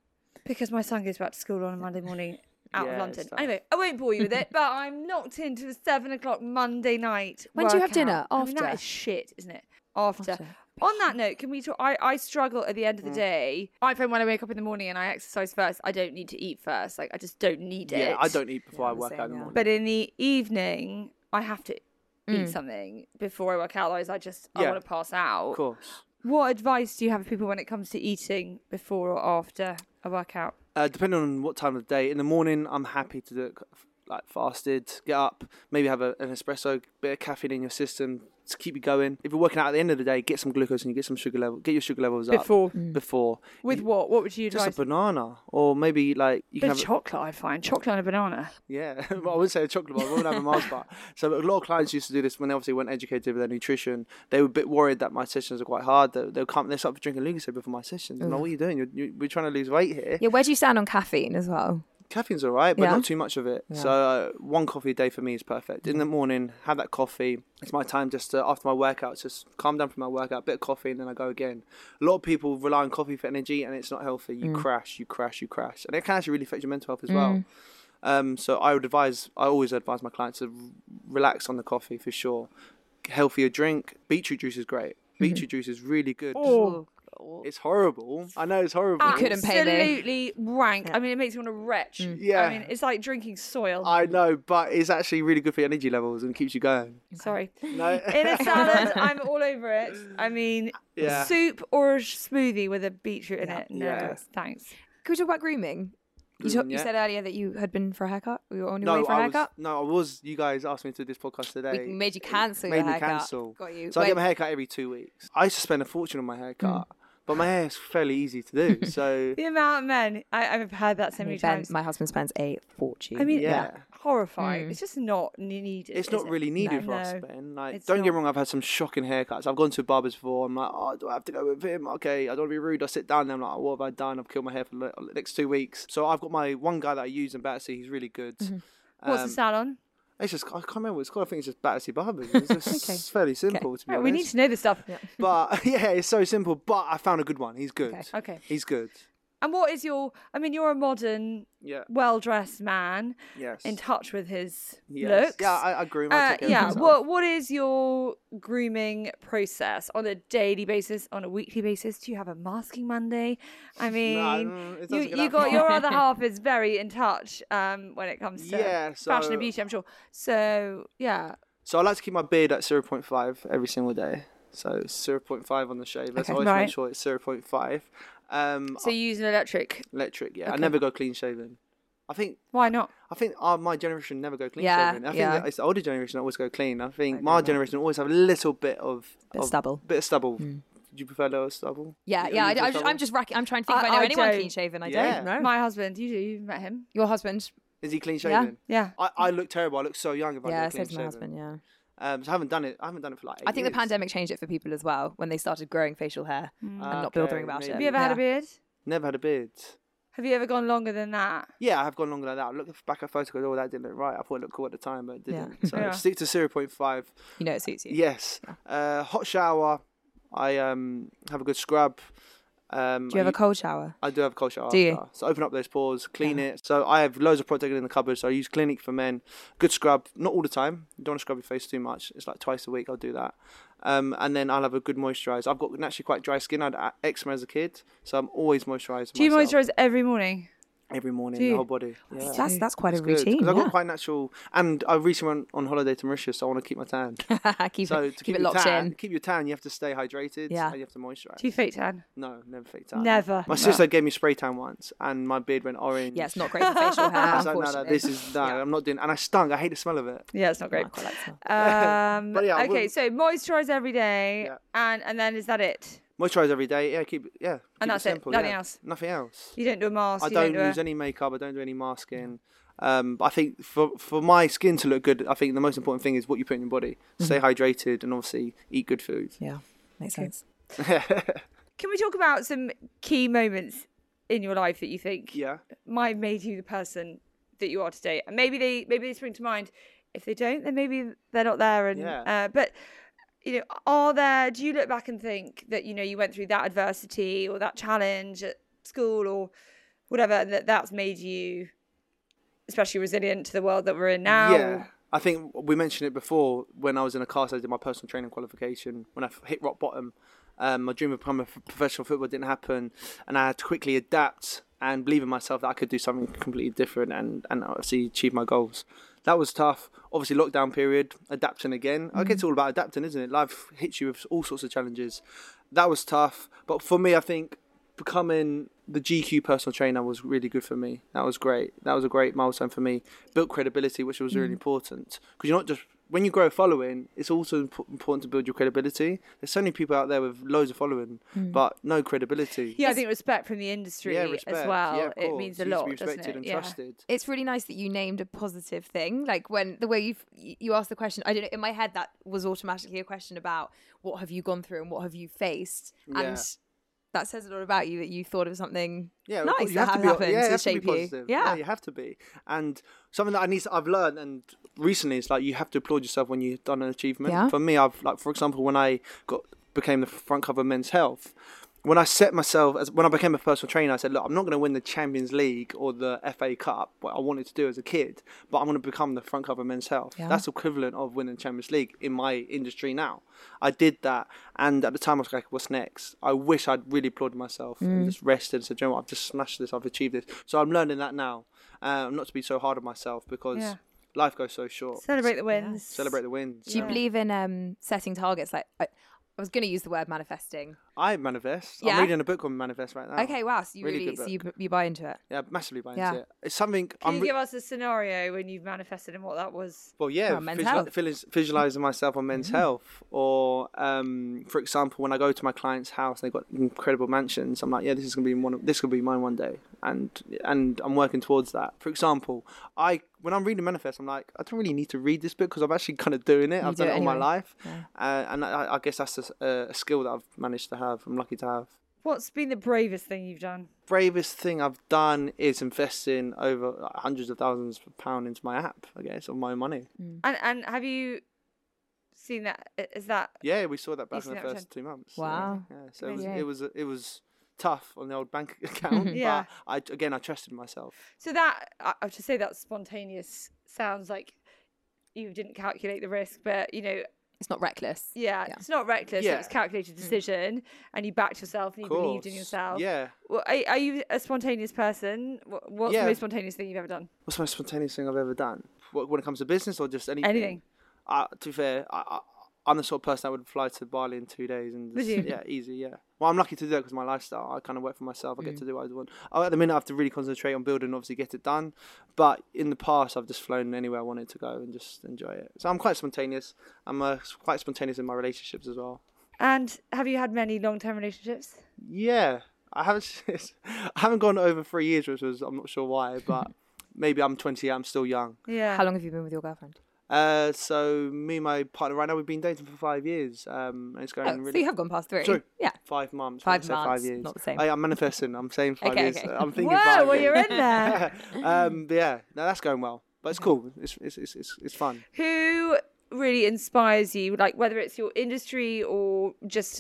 A: because my son goes back to school on a Monday morning out
B: Yeah,
A: of
B: it's
A: London.
B: tough.
A: Anyway, I won't bore you with it, but I'm locked into a seven o'clock Monday night.
C: When do you have dinner?
A: workout. I mean, that
C: After?
A: is shit, isn't it? After.
C: After.
A: On that note, can we talk? I, I struggle at the end of
B: Mm.
A: the day. I find when I wake up in the morning and I exercise first, I don't need to eat first. Like I just don't need it.
B: Yeah, I don't eat before
C: Yeah,
B: I
C: I'm the
B: work
C: same,
B: out in the
C: yeah.
B: morning.
A: But in the evening, I have to eat
C: Mm.
A: something before I work out. Otherwise, I just I
B: Yeah.
A: want to pass out.
B: of course.
A: What advice do you have for people when it comes to eating before or after a workout?
B: Uh, depending on what time of the day. In the morning, I'm happy to do it c- like fasted. Get up, maybe have a, an espresso, bit of caffeine in your system to keep you going. If you're working out at the end of the day, get some glucose and you get some sugar level. Get your sugar levels up
A: Before.
B: Before
A: With
B: You-
A: what? What would you
B: just
A: advise?
B: a banana, or maybe like
A: Bit
B: you can
A: of
B: have. a-
A: chocolate, I find. Chocolate and a banana.
B: Yeah, [laughs] well, I would say a chocolate bar. I would have a Mars bar. So a lot of clients used to do this when they obviously weren't educated with their nutrition. They were a bit worried that my sessions are quite hard. They they'll come. They start drinking Lucozade before my sessions. I'm like, what are you doing? You're, you, we're trying to lose weight here.
C: Yeah, where do you stand on caffeine as well?
B: Caffeine's all right, but
C: Yeah. Mm.
B: not too much of it. So uh, one coffee a day for me is perfect. In the morning, have that coffee. It's my time just to, after my workouts, just calm down from my workout, bit of coffee, and then I go again. A lot of people rely on coffee for energy, and it's not healthy.
C: Mm.
B: You crash, you crash, you crash, and it can actually really affect your mental health as well. Um, so I would advise, I always advise my clients to r- relax on the coffee for sure. Healthier drink, beetroot juice is great.
C: Mm-hmm.
B: Beetroot juice is really good. It's horrible. I know it's horrible.
A: Ah.
C: You couldn't pay me.
A: Absolutely rank. I mean, it makes you want to retch.
B: Yeah.
A: I mean, it's like drinking soil.
B: I know, but it's actually really good for your energy levels and keeps you going.
A: Sorry.
B: [laughs] No,
A: In a
B: [laughs]
A: salad, I'm all over it. I mean,
B: Yeah.
A: soup or a smoothie with a beetroot in it. No,
B: Yeah.
A: thanks.
C: Can we talk about grooming? You, talk,
B: Grooming,
C: you
B: yeah.
C: said earlier that you had been for a haircut. We were on your
B: no,
C: way for a
B: I was,
C: haircut.
B: no, I was. You guys asked me to do this podcast today.
C: we made you cancel
B: made
C: your
B: me
C: haircut.
B: cancel.
C: Got you.
B: So I
C: Wait, Mm.
B: get my haircut every two weeks. I used to spend a fortune on my haircut, but my hair is fairly easy to
C: [laughs]
B: do. So
A: The amount of men, I, I've heard that so many
C: Ben-
A: times.
C: my husband spends a fortune.
A: I mean,
B: Yeah.
A: horrifying. It's just not ne- needed.
B: it's
A: is
B: not
A: it?
B: really needed for
A: No.
B: us, Ben. Like,
A: it's
B: don't get
A: not.
B: me wrong. I've had some shocking haircuts. I've gone to barbers before. I'm like, oh, do I have to go with him? Okay, I don't want to be rude. I sit down. And I'm like, what have I done? I've killed my hair for the next two weeks. So I've got my one guy that I use in Battersea. He's really good.
C: Mm-hmm.
A: What's the
B: Um,
A: salon?
B: It's just I can't remember what it's called. I think it's just Battersea Barbers. It's just fairly simple to be
A: Right,
B: honest.
A: we need to know this stuff.
B: But [laughs] yeah, it's so simple. But I found a good one. He's good.
A: Okay.
B: He's good.
A: And what is your? I mean, you're a modern,
B: Yeah.
A: well-dressed man,
B: Yes.
A: in touch with his
B: Yes.
A: looks.
B: Yeah, I, I groom. I
A: Uh,
B: take care of
A: yeah.
B: myself.
A: What What is your grooming process on a daily basis, on a weekly basis? Do you have a masking Monday? I mean,
B: mm, it doesn't
A: you,
B: get
A: you
B: that
A: got
B: far.
A: your other half is very in touch um, when it comes to
B: [laughs] Yeah,
A: fashion
B: so-
A: and beauty. I'm sure. So yeah,
B: So I like to keep my beard at 0.5 every single day. So it's 0.5 on the shave. Let's
A: Okay.
B: always
A: Right.
B: make sure it's 0.5. Um,
A: so you use an electric.
B: electric. Yeah, I never go clean shaven. I think
A: Why not?
B: I think our, my generation never go clean
C: Yeah,
B: shaven. I think
C: yeah.
B: that it's the older generation that always go clean. I think my generation always have a little bit of,
C: Bit
B: of
C: stubble.
B: Bit of stubble. Do you prefer little stubble?
C: yeah,
B: You-
C: yeah. I,
B: you prefer
C: I just, I'm
B: stubble?
C: just racking. I'm trying to think
A: I-
C: if I know
A: I
C: anyone
A: don't-
C: clean shaven. I
B: Yeah.
C: don't know.
A: My husband. You do. You've met him.
C: Your husband.
B: Is he clean
C: Yeah.
B: shaven?
A: Yeah.
B: I, I look terrible. I look so young if I
C: yeah,
B: go
C: so
B: clean
C: does my
B: shaven.
C: husband. Yeah.
B: Um, so I haven't done it. I haven't done it for like. Eight
C: I think the
B: years.
C: pandemic changed it for people as well when they started growing facial hair and not
B: Okay,
C: bothering about it.
B: maybe.
A: Have you ever had a
C: Mm. Yeah.
A: beard?
B: Never had a beard.
A: Have you ever gone longer than that?
B: Yeah, I have gone longer than that. I look back at photos. Oh, that didn't look right. I thought it looked cool at the time, but it
C: Yeah.
B: didn't. So
A: Yeah.
B: stick to zero point five.
C: You know it suits you.
B: Yes. Uh, hot shower. I um have a good scrub. Um,
C: Do you have
B: I
C: a cold shower?
B: I do have a cold shower.
C: Do you?
B: after. So open up those pores, clean it. So I have loads of product in the cupboard. So I use Clinique for men. Good scrub, not all the time. You don't want to scrub your face too much. It's like twice a week I'll do that. Um, and then I'll have a good moisturizer. I've got naturally quite dry skin. I had a- eczema as a kid, so I'm always moisturizing.
A: Do you
B: myself
A: moisturize every morning?
B: every morning?
A: Do you?
B: The whole body. Yeah.
C: That's that's quite a
B: It's good, 'cause
C: routine.
B: I've
C: Yeah.
B: got quite natural, and I recently went on holiday to Mauritius, so I want to keep my
C: [laughs]
B: tan.
C: keep,
B: so
C: it,
B: to
C: keep, it
B: your
C: locked
B: tan,
C: in.
B: keep your tan, you have to stay hydrated.
C: Yeah.
B: and you have to moisturize.
A: Do you fake tan?
B: No, never fake tan.
A: Never.
B: My sister gave me spray tan once, and my beard went orange.
C: Yeah, it's not great for
B: [laughs]
C: facial hair.
B: I was like, no, no,
C: unfortunately.
B: this is no, I'm not doing. And I stunk. I hate the smell of it.
A: Yeah, it's not great.
C: I quite like the smell.
A: [laughs] Um,
B: But yeah, I
A: okay,
B: wouldn't-
A: so moisturize every day,
B: Yeah.
A: and and then is that it?
B: Moisturize every day. Yeah, keep it- yeah. keep
A: that's it.
B: simple,
A: Nothing
B: yeah.
A: else.
B: Nothing else.
A: You don't do a mask.
B: I
A: you don't,
B: don't
A: do a-
B: use any makeup. I don't do any masking. Um, but I think for for my skin to look good, I think the most important thing is what you put in your body.
A: Mm-hmm.
B: Stay hydrated and obviously eat good food.
F: Yeah, makes sense.
A: Can we talk about some key moments in your life that you think
B: [laughs] Yeah.
A: might have made you the person that you are today? And maybe they maybe they spring to mind. If they don't, then maybe they're not there. And
B: Yeah.
A: uh, but you know, are there? Do you look back and think that you know you went through that adversity or that challenge at school or whatever, and that that's made you especially resilient to the world that we're in now?
B: Yeah. I think we mentioned it before when I was in a class, I did my personal training qualification when I f- hit rock bottom. Um, my dream of becoming a f- professional footballer didn't happen, and I had to quickly adapt and believe in myself that I could do something completely different and, and obviously achieve my goals. That was tough. Obviously, lockdown period, adapting again. I guess it's all about adapting, isn't it? Life hits you with all sorts of challenges. That was tough. But for me, I think becoming the GQ personal trainer was really good for me. That was great. That was a great milestone for me. Built credibility, which was
A: Mm.
B: really important because you're not just when you grow a following. It's also imp- important to build your credibility. There's so many people out there with loads of following, but no credibility.
A: Mm. Yeah, I think respect from the industry
B: Yeah, respect.
A: as well.
B: Yeah, of
A: it
B: course.
A: means
B: You
A: a
B: need
A: lot,
B: to be
A: doesn't
B: respected
A: it?
B: and
A: yeah.
B: trusted.
C: it's really nice that you named a positive thing like when the way you've you asked the question i don't know in my head that was automatically a question about what have you gone through and what have you faced
B: Yeah.
C: and that says a lot about you that you thought of something
B: Yeah, of
C: nice
B: course,
C: that has
B: be-
C: happened
B: yeah, you
C: to
B: have
C: shape
B: be
C: you
B: positive. Yeah. you have to be. And something that I need, to, I've learned, and recently it's like you have to applaud yourself when you've done an achievement.
C: Yeah.
B: For me, I've like, for example, when I got became the front cover of Men's Health, when I set myself as when I became a personal trainer, I said, look, I'm not going to win the Champions League or the FA Cup, what I wanted to do as a kid, but I'm going to become the front cover of Men's Health. That's equivalent of winning Champions League in my industry now. I did that, and at the time I was like, what's next? I wish I'd really applauded myself
C: Mm.
B: and just rested and said, "Do you know what, I've just smashed this, I've achieved this. So I'm learning that now, um, not to be so hard on myself because
A: Yeah.
B: life goes so short.
A: Celebrate the wins.
B: Celebrate the wins.
C: do you believe in um setting targets like i, I was going to use the word manifesting
B: I manifest.
C: Yeah?
B: I'm reading a book on manifest right now.
C: okay wow so you really,
B: Oh, good
C: so
B: book.
C: you, b- you buy into it
B: Yeah, massively buy
C: Yeah.
B: into it. It's something
A: Can
B: I'm
A: you
B: re-
A: give us a scenario when you've manifested and what that was?
B: well, yeah,
C: Oh, men's
B: visuali-
C: health. Mm-hmm.
B: visualis- visualizing myself on men's health, or um, for example, when I go to my client's house, they've got incredible mansions. I'm like, yeah, this is gonna be one. Of, this could be mine one day, and and I'm working towards that. For example, I when I'm reading manifest, I'm like, I don't really need to read this book because I'm actually kind of doing it. I've
C: do
B: done it,
C: it
B: all my
C: anyway.
B: life, uh, and I, I guess that's a s a a skill that I've managed to have. I'm lucky to have.
A: What's been the bravest thing you've done?
B: bravest thing I've done is investing over like, hundreds of thousands of pound into my app, I guess, of my own money.
A: And and have you seen that? Is that
B: Yeah, we saw that back
A: Yes,
B: in the
A: that was
B: first two months. so,
C: Wow.
B: Yeah, so it was, it was it was tough on the old bank [laughs] account,
A: Yeah.
B: but I again I trusted myself.
A: so? That I I have to say that spontaneous sounds like you didn't calculate the risk, but you know,
C: it's not reckless
A: yeah, it's not reckless. It was
B: Yeah. Hmm.
A: calculated decision, and you backed yourself and you believed in
B: Course,
A: yourself.
B: Yeah.
A: Well, are, are you a spontaneous person? Wh- What's
B: Yeah.
A: the most spontaneous thing you've ever done?
B: What's the most spontaneous thing I've ever done? What, when it comes to business or just anything?
A: Anything.
B: Uh, to be fair, I, I, I'm the sort of person that would fly to Bali in two days and
A: Would
B: just,
A: you?
B: yeah, easy, yeah. Well, I'm lucky to do that because my lifestyle. I kind of work for myself.
A: Mm.
B: I get to do what I want. Oh, at the minute, I have to really concentrate on building, and obviously, get it done. But in the past, I've just flown anywhere I wanted to go and just enjoy it. So I'm quite spontaneous. I'm uh, s- quite spontaneous in my relationships as well.
A: And have you had many long-term relationships?
B: Yeah, I haven't. [laughs] I haven't gone over three years, which was I'm not sure why,
A: [laughs]
B: but maybe I'm 20. I'm still young.
A: Yeah.
C: how long have you been with your girlfriend
B: Uh, so me and my partner right now we've been dating for five years. Um, and it's going
C: oh,
B: really.
C: so you have gone past three
B: Sorry.
C: yeah
B: Five months.
C: Five
B: I said
C: months,
B: Five years.
C: not the same.
B: I, am manifesting. I'm saying five
C: Okay,
B: years.
C: okay.
B: I'm thinking
A: Whoa,
B: five
A: well,
B: years. [laughs]
A: you're in there.
B: um, but yeah, no, that's going well.
C: [laughs]
B: But it's cool. It's it's it's it's, it's fun.
A: who really inspires you like whether it's your industry or just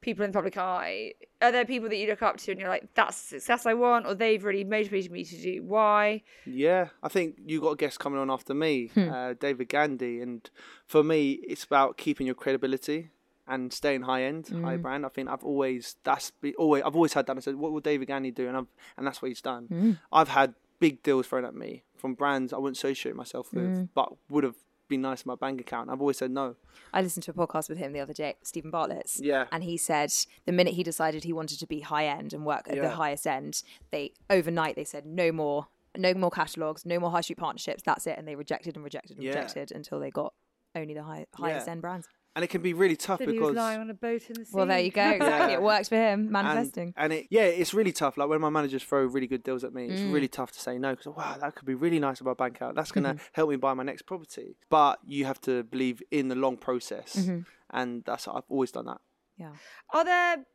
A: people in the public eye are there people that you look up to and you're like that's the success i want or they've really motivated me to do why
B: Yeah, I think you got a guest coming on after me,
A: Hmm.
B: uh, David Gandy, and for me, it's about keeping your credibility and staying high end, high
A: Mm.
B: brand. I think I've always that's be, always I've always had that. I said, what will David Gandy do? And I've and that's what he's done.
A: Hmm.
B: I've had big deals thrown at me from brands I wouldn't associate myself with,
A: Hmm.
B: but would have been nice in my bank account. I've always said no.
C: I listened to a podcast with him the other day, Stephen Bartlett's.
B: Yeah.
C: And he said the minute he decided he wanted to be high end and work at the
B: Yeah.
C: highest end, they overnight they said no more, no more catalogs, no more high street partnerships. That's it. And they rejected and rejected and
B: Yeah.
C: rejected until they got only the high, highest end brands.
B: and it can be really tough
A: Said he was
B: because
A: lying on a boat in the sea.
C: Well, there [laughs] you go. Exactly. It works for him. Manifesting.
B: And, and it, yeah, it's really tough. Like when my managers throw really good deals at me, it's really tough to say no because wow, that could be really nice if I bank out. That's gonna help me buy my next property. But you have to believe in the long process, and that's I've always done that.
C: yeah.
A: Are there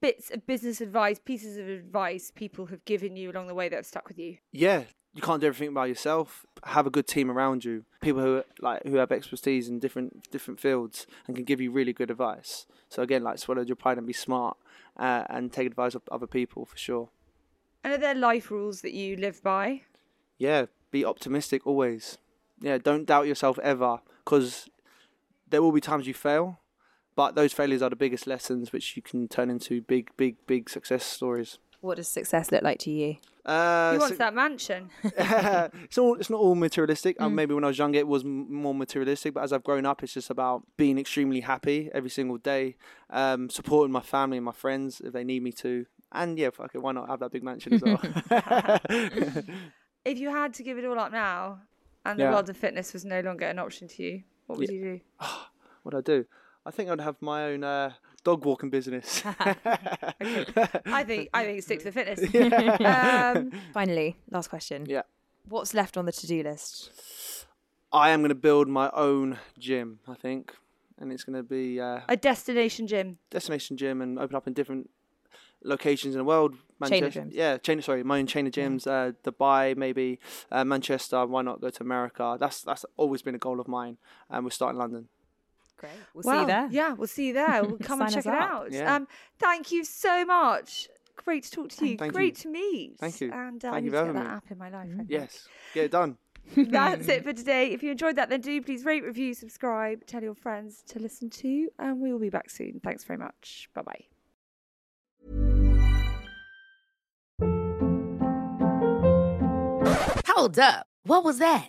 A: bits of business advice, pieces of advice people have given you along the way that have stuck with you?
B: Yeah, you can't do everything by yourself. Have a good team around you, people who are, like who have expertise in different different fields and can give you really good advice. So again, like swallow your pride and be smart, uh, and take advice of other people for sure.
A: And are there life rules that you live by?
B: yeah, be optimistic always. Yeah, don't doubt yourself ever because there will be times you fail, but those failures are the biggest lessons which you can turn into big, big, big success stories.
C: What does success look like to you?
B: Uh,
A: He wants
B: so-
A: that mansion. [laughs]
B: it's all it's not all materialistic. Um, maybe when I was younger, it was m- more materialistic. But as I've grown up, it's just about being extremely happy every single day, um, supporting my family and my friends if they need me to, and yeah, fuck it, why not have that big mansion as well?
A: if you had to give it all up now and the
B: Yeah.
A: world of fitness was no longer an option to you, what would you do?
B: what I do. I think I'd have my own uh, dog walking business.
A: I think I think stick to the fitness. um,
C: Finally, last question.
B: yeah.
C: What's left on the to do list?
B: I am going to build my own gym, I think. And it's going to be uh,
A: a destination gym.
B: destination gym and open up in different locations in the world.
C: Chain of
B: Manchester-
C: gyms.
B: Yeah, chain, sorry, my own chain of gyms, uh, Dubai, maybe, uh, Manchester, why not go to America? That's that's always been a goal of mine. And we're starting London.
C: Great. We'll
A: Wow.
C: see you there.
A: Yeah, we'll see you there. We'll come and
C: Sign
A: check
C: us
A: it
C: up.
A: out.
B: Yeah.
A: Um, thank you so much. Great to talk to you.
B: Thank you.
A: Great to meet.
B: Thank you.
A: And uh, I
B: Thank you
A: need
B: for
A: to get
B: having
A: that
B: me.
A: app in my life. I think.
B: Yes, get it done.
A: [laughs] That's it for today. If you enjoyed that, then do please rate, review, subscribe, tell your friends to listen to, and we will be back soon. Thanks very much. Bye bye.
G: Hold up. What was that?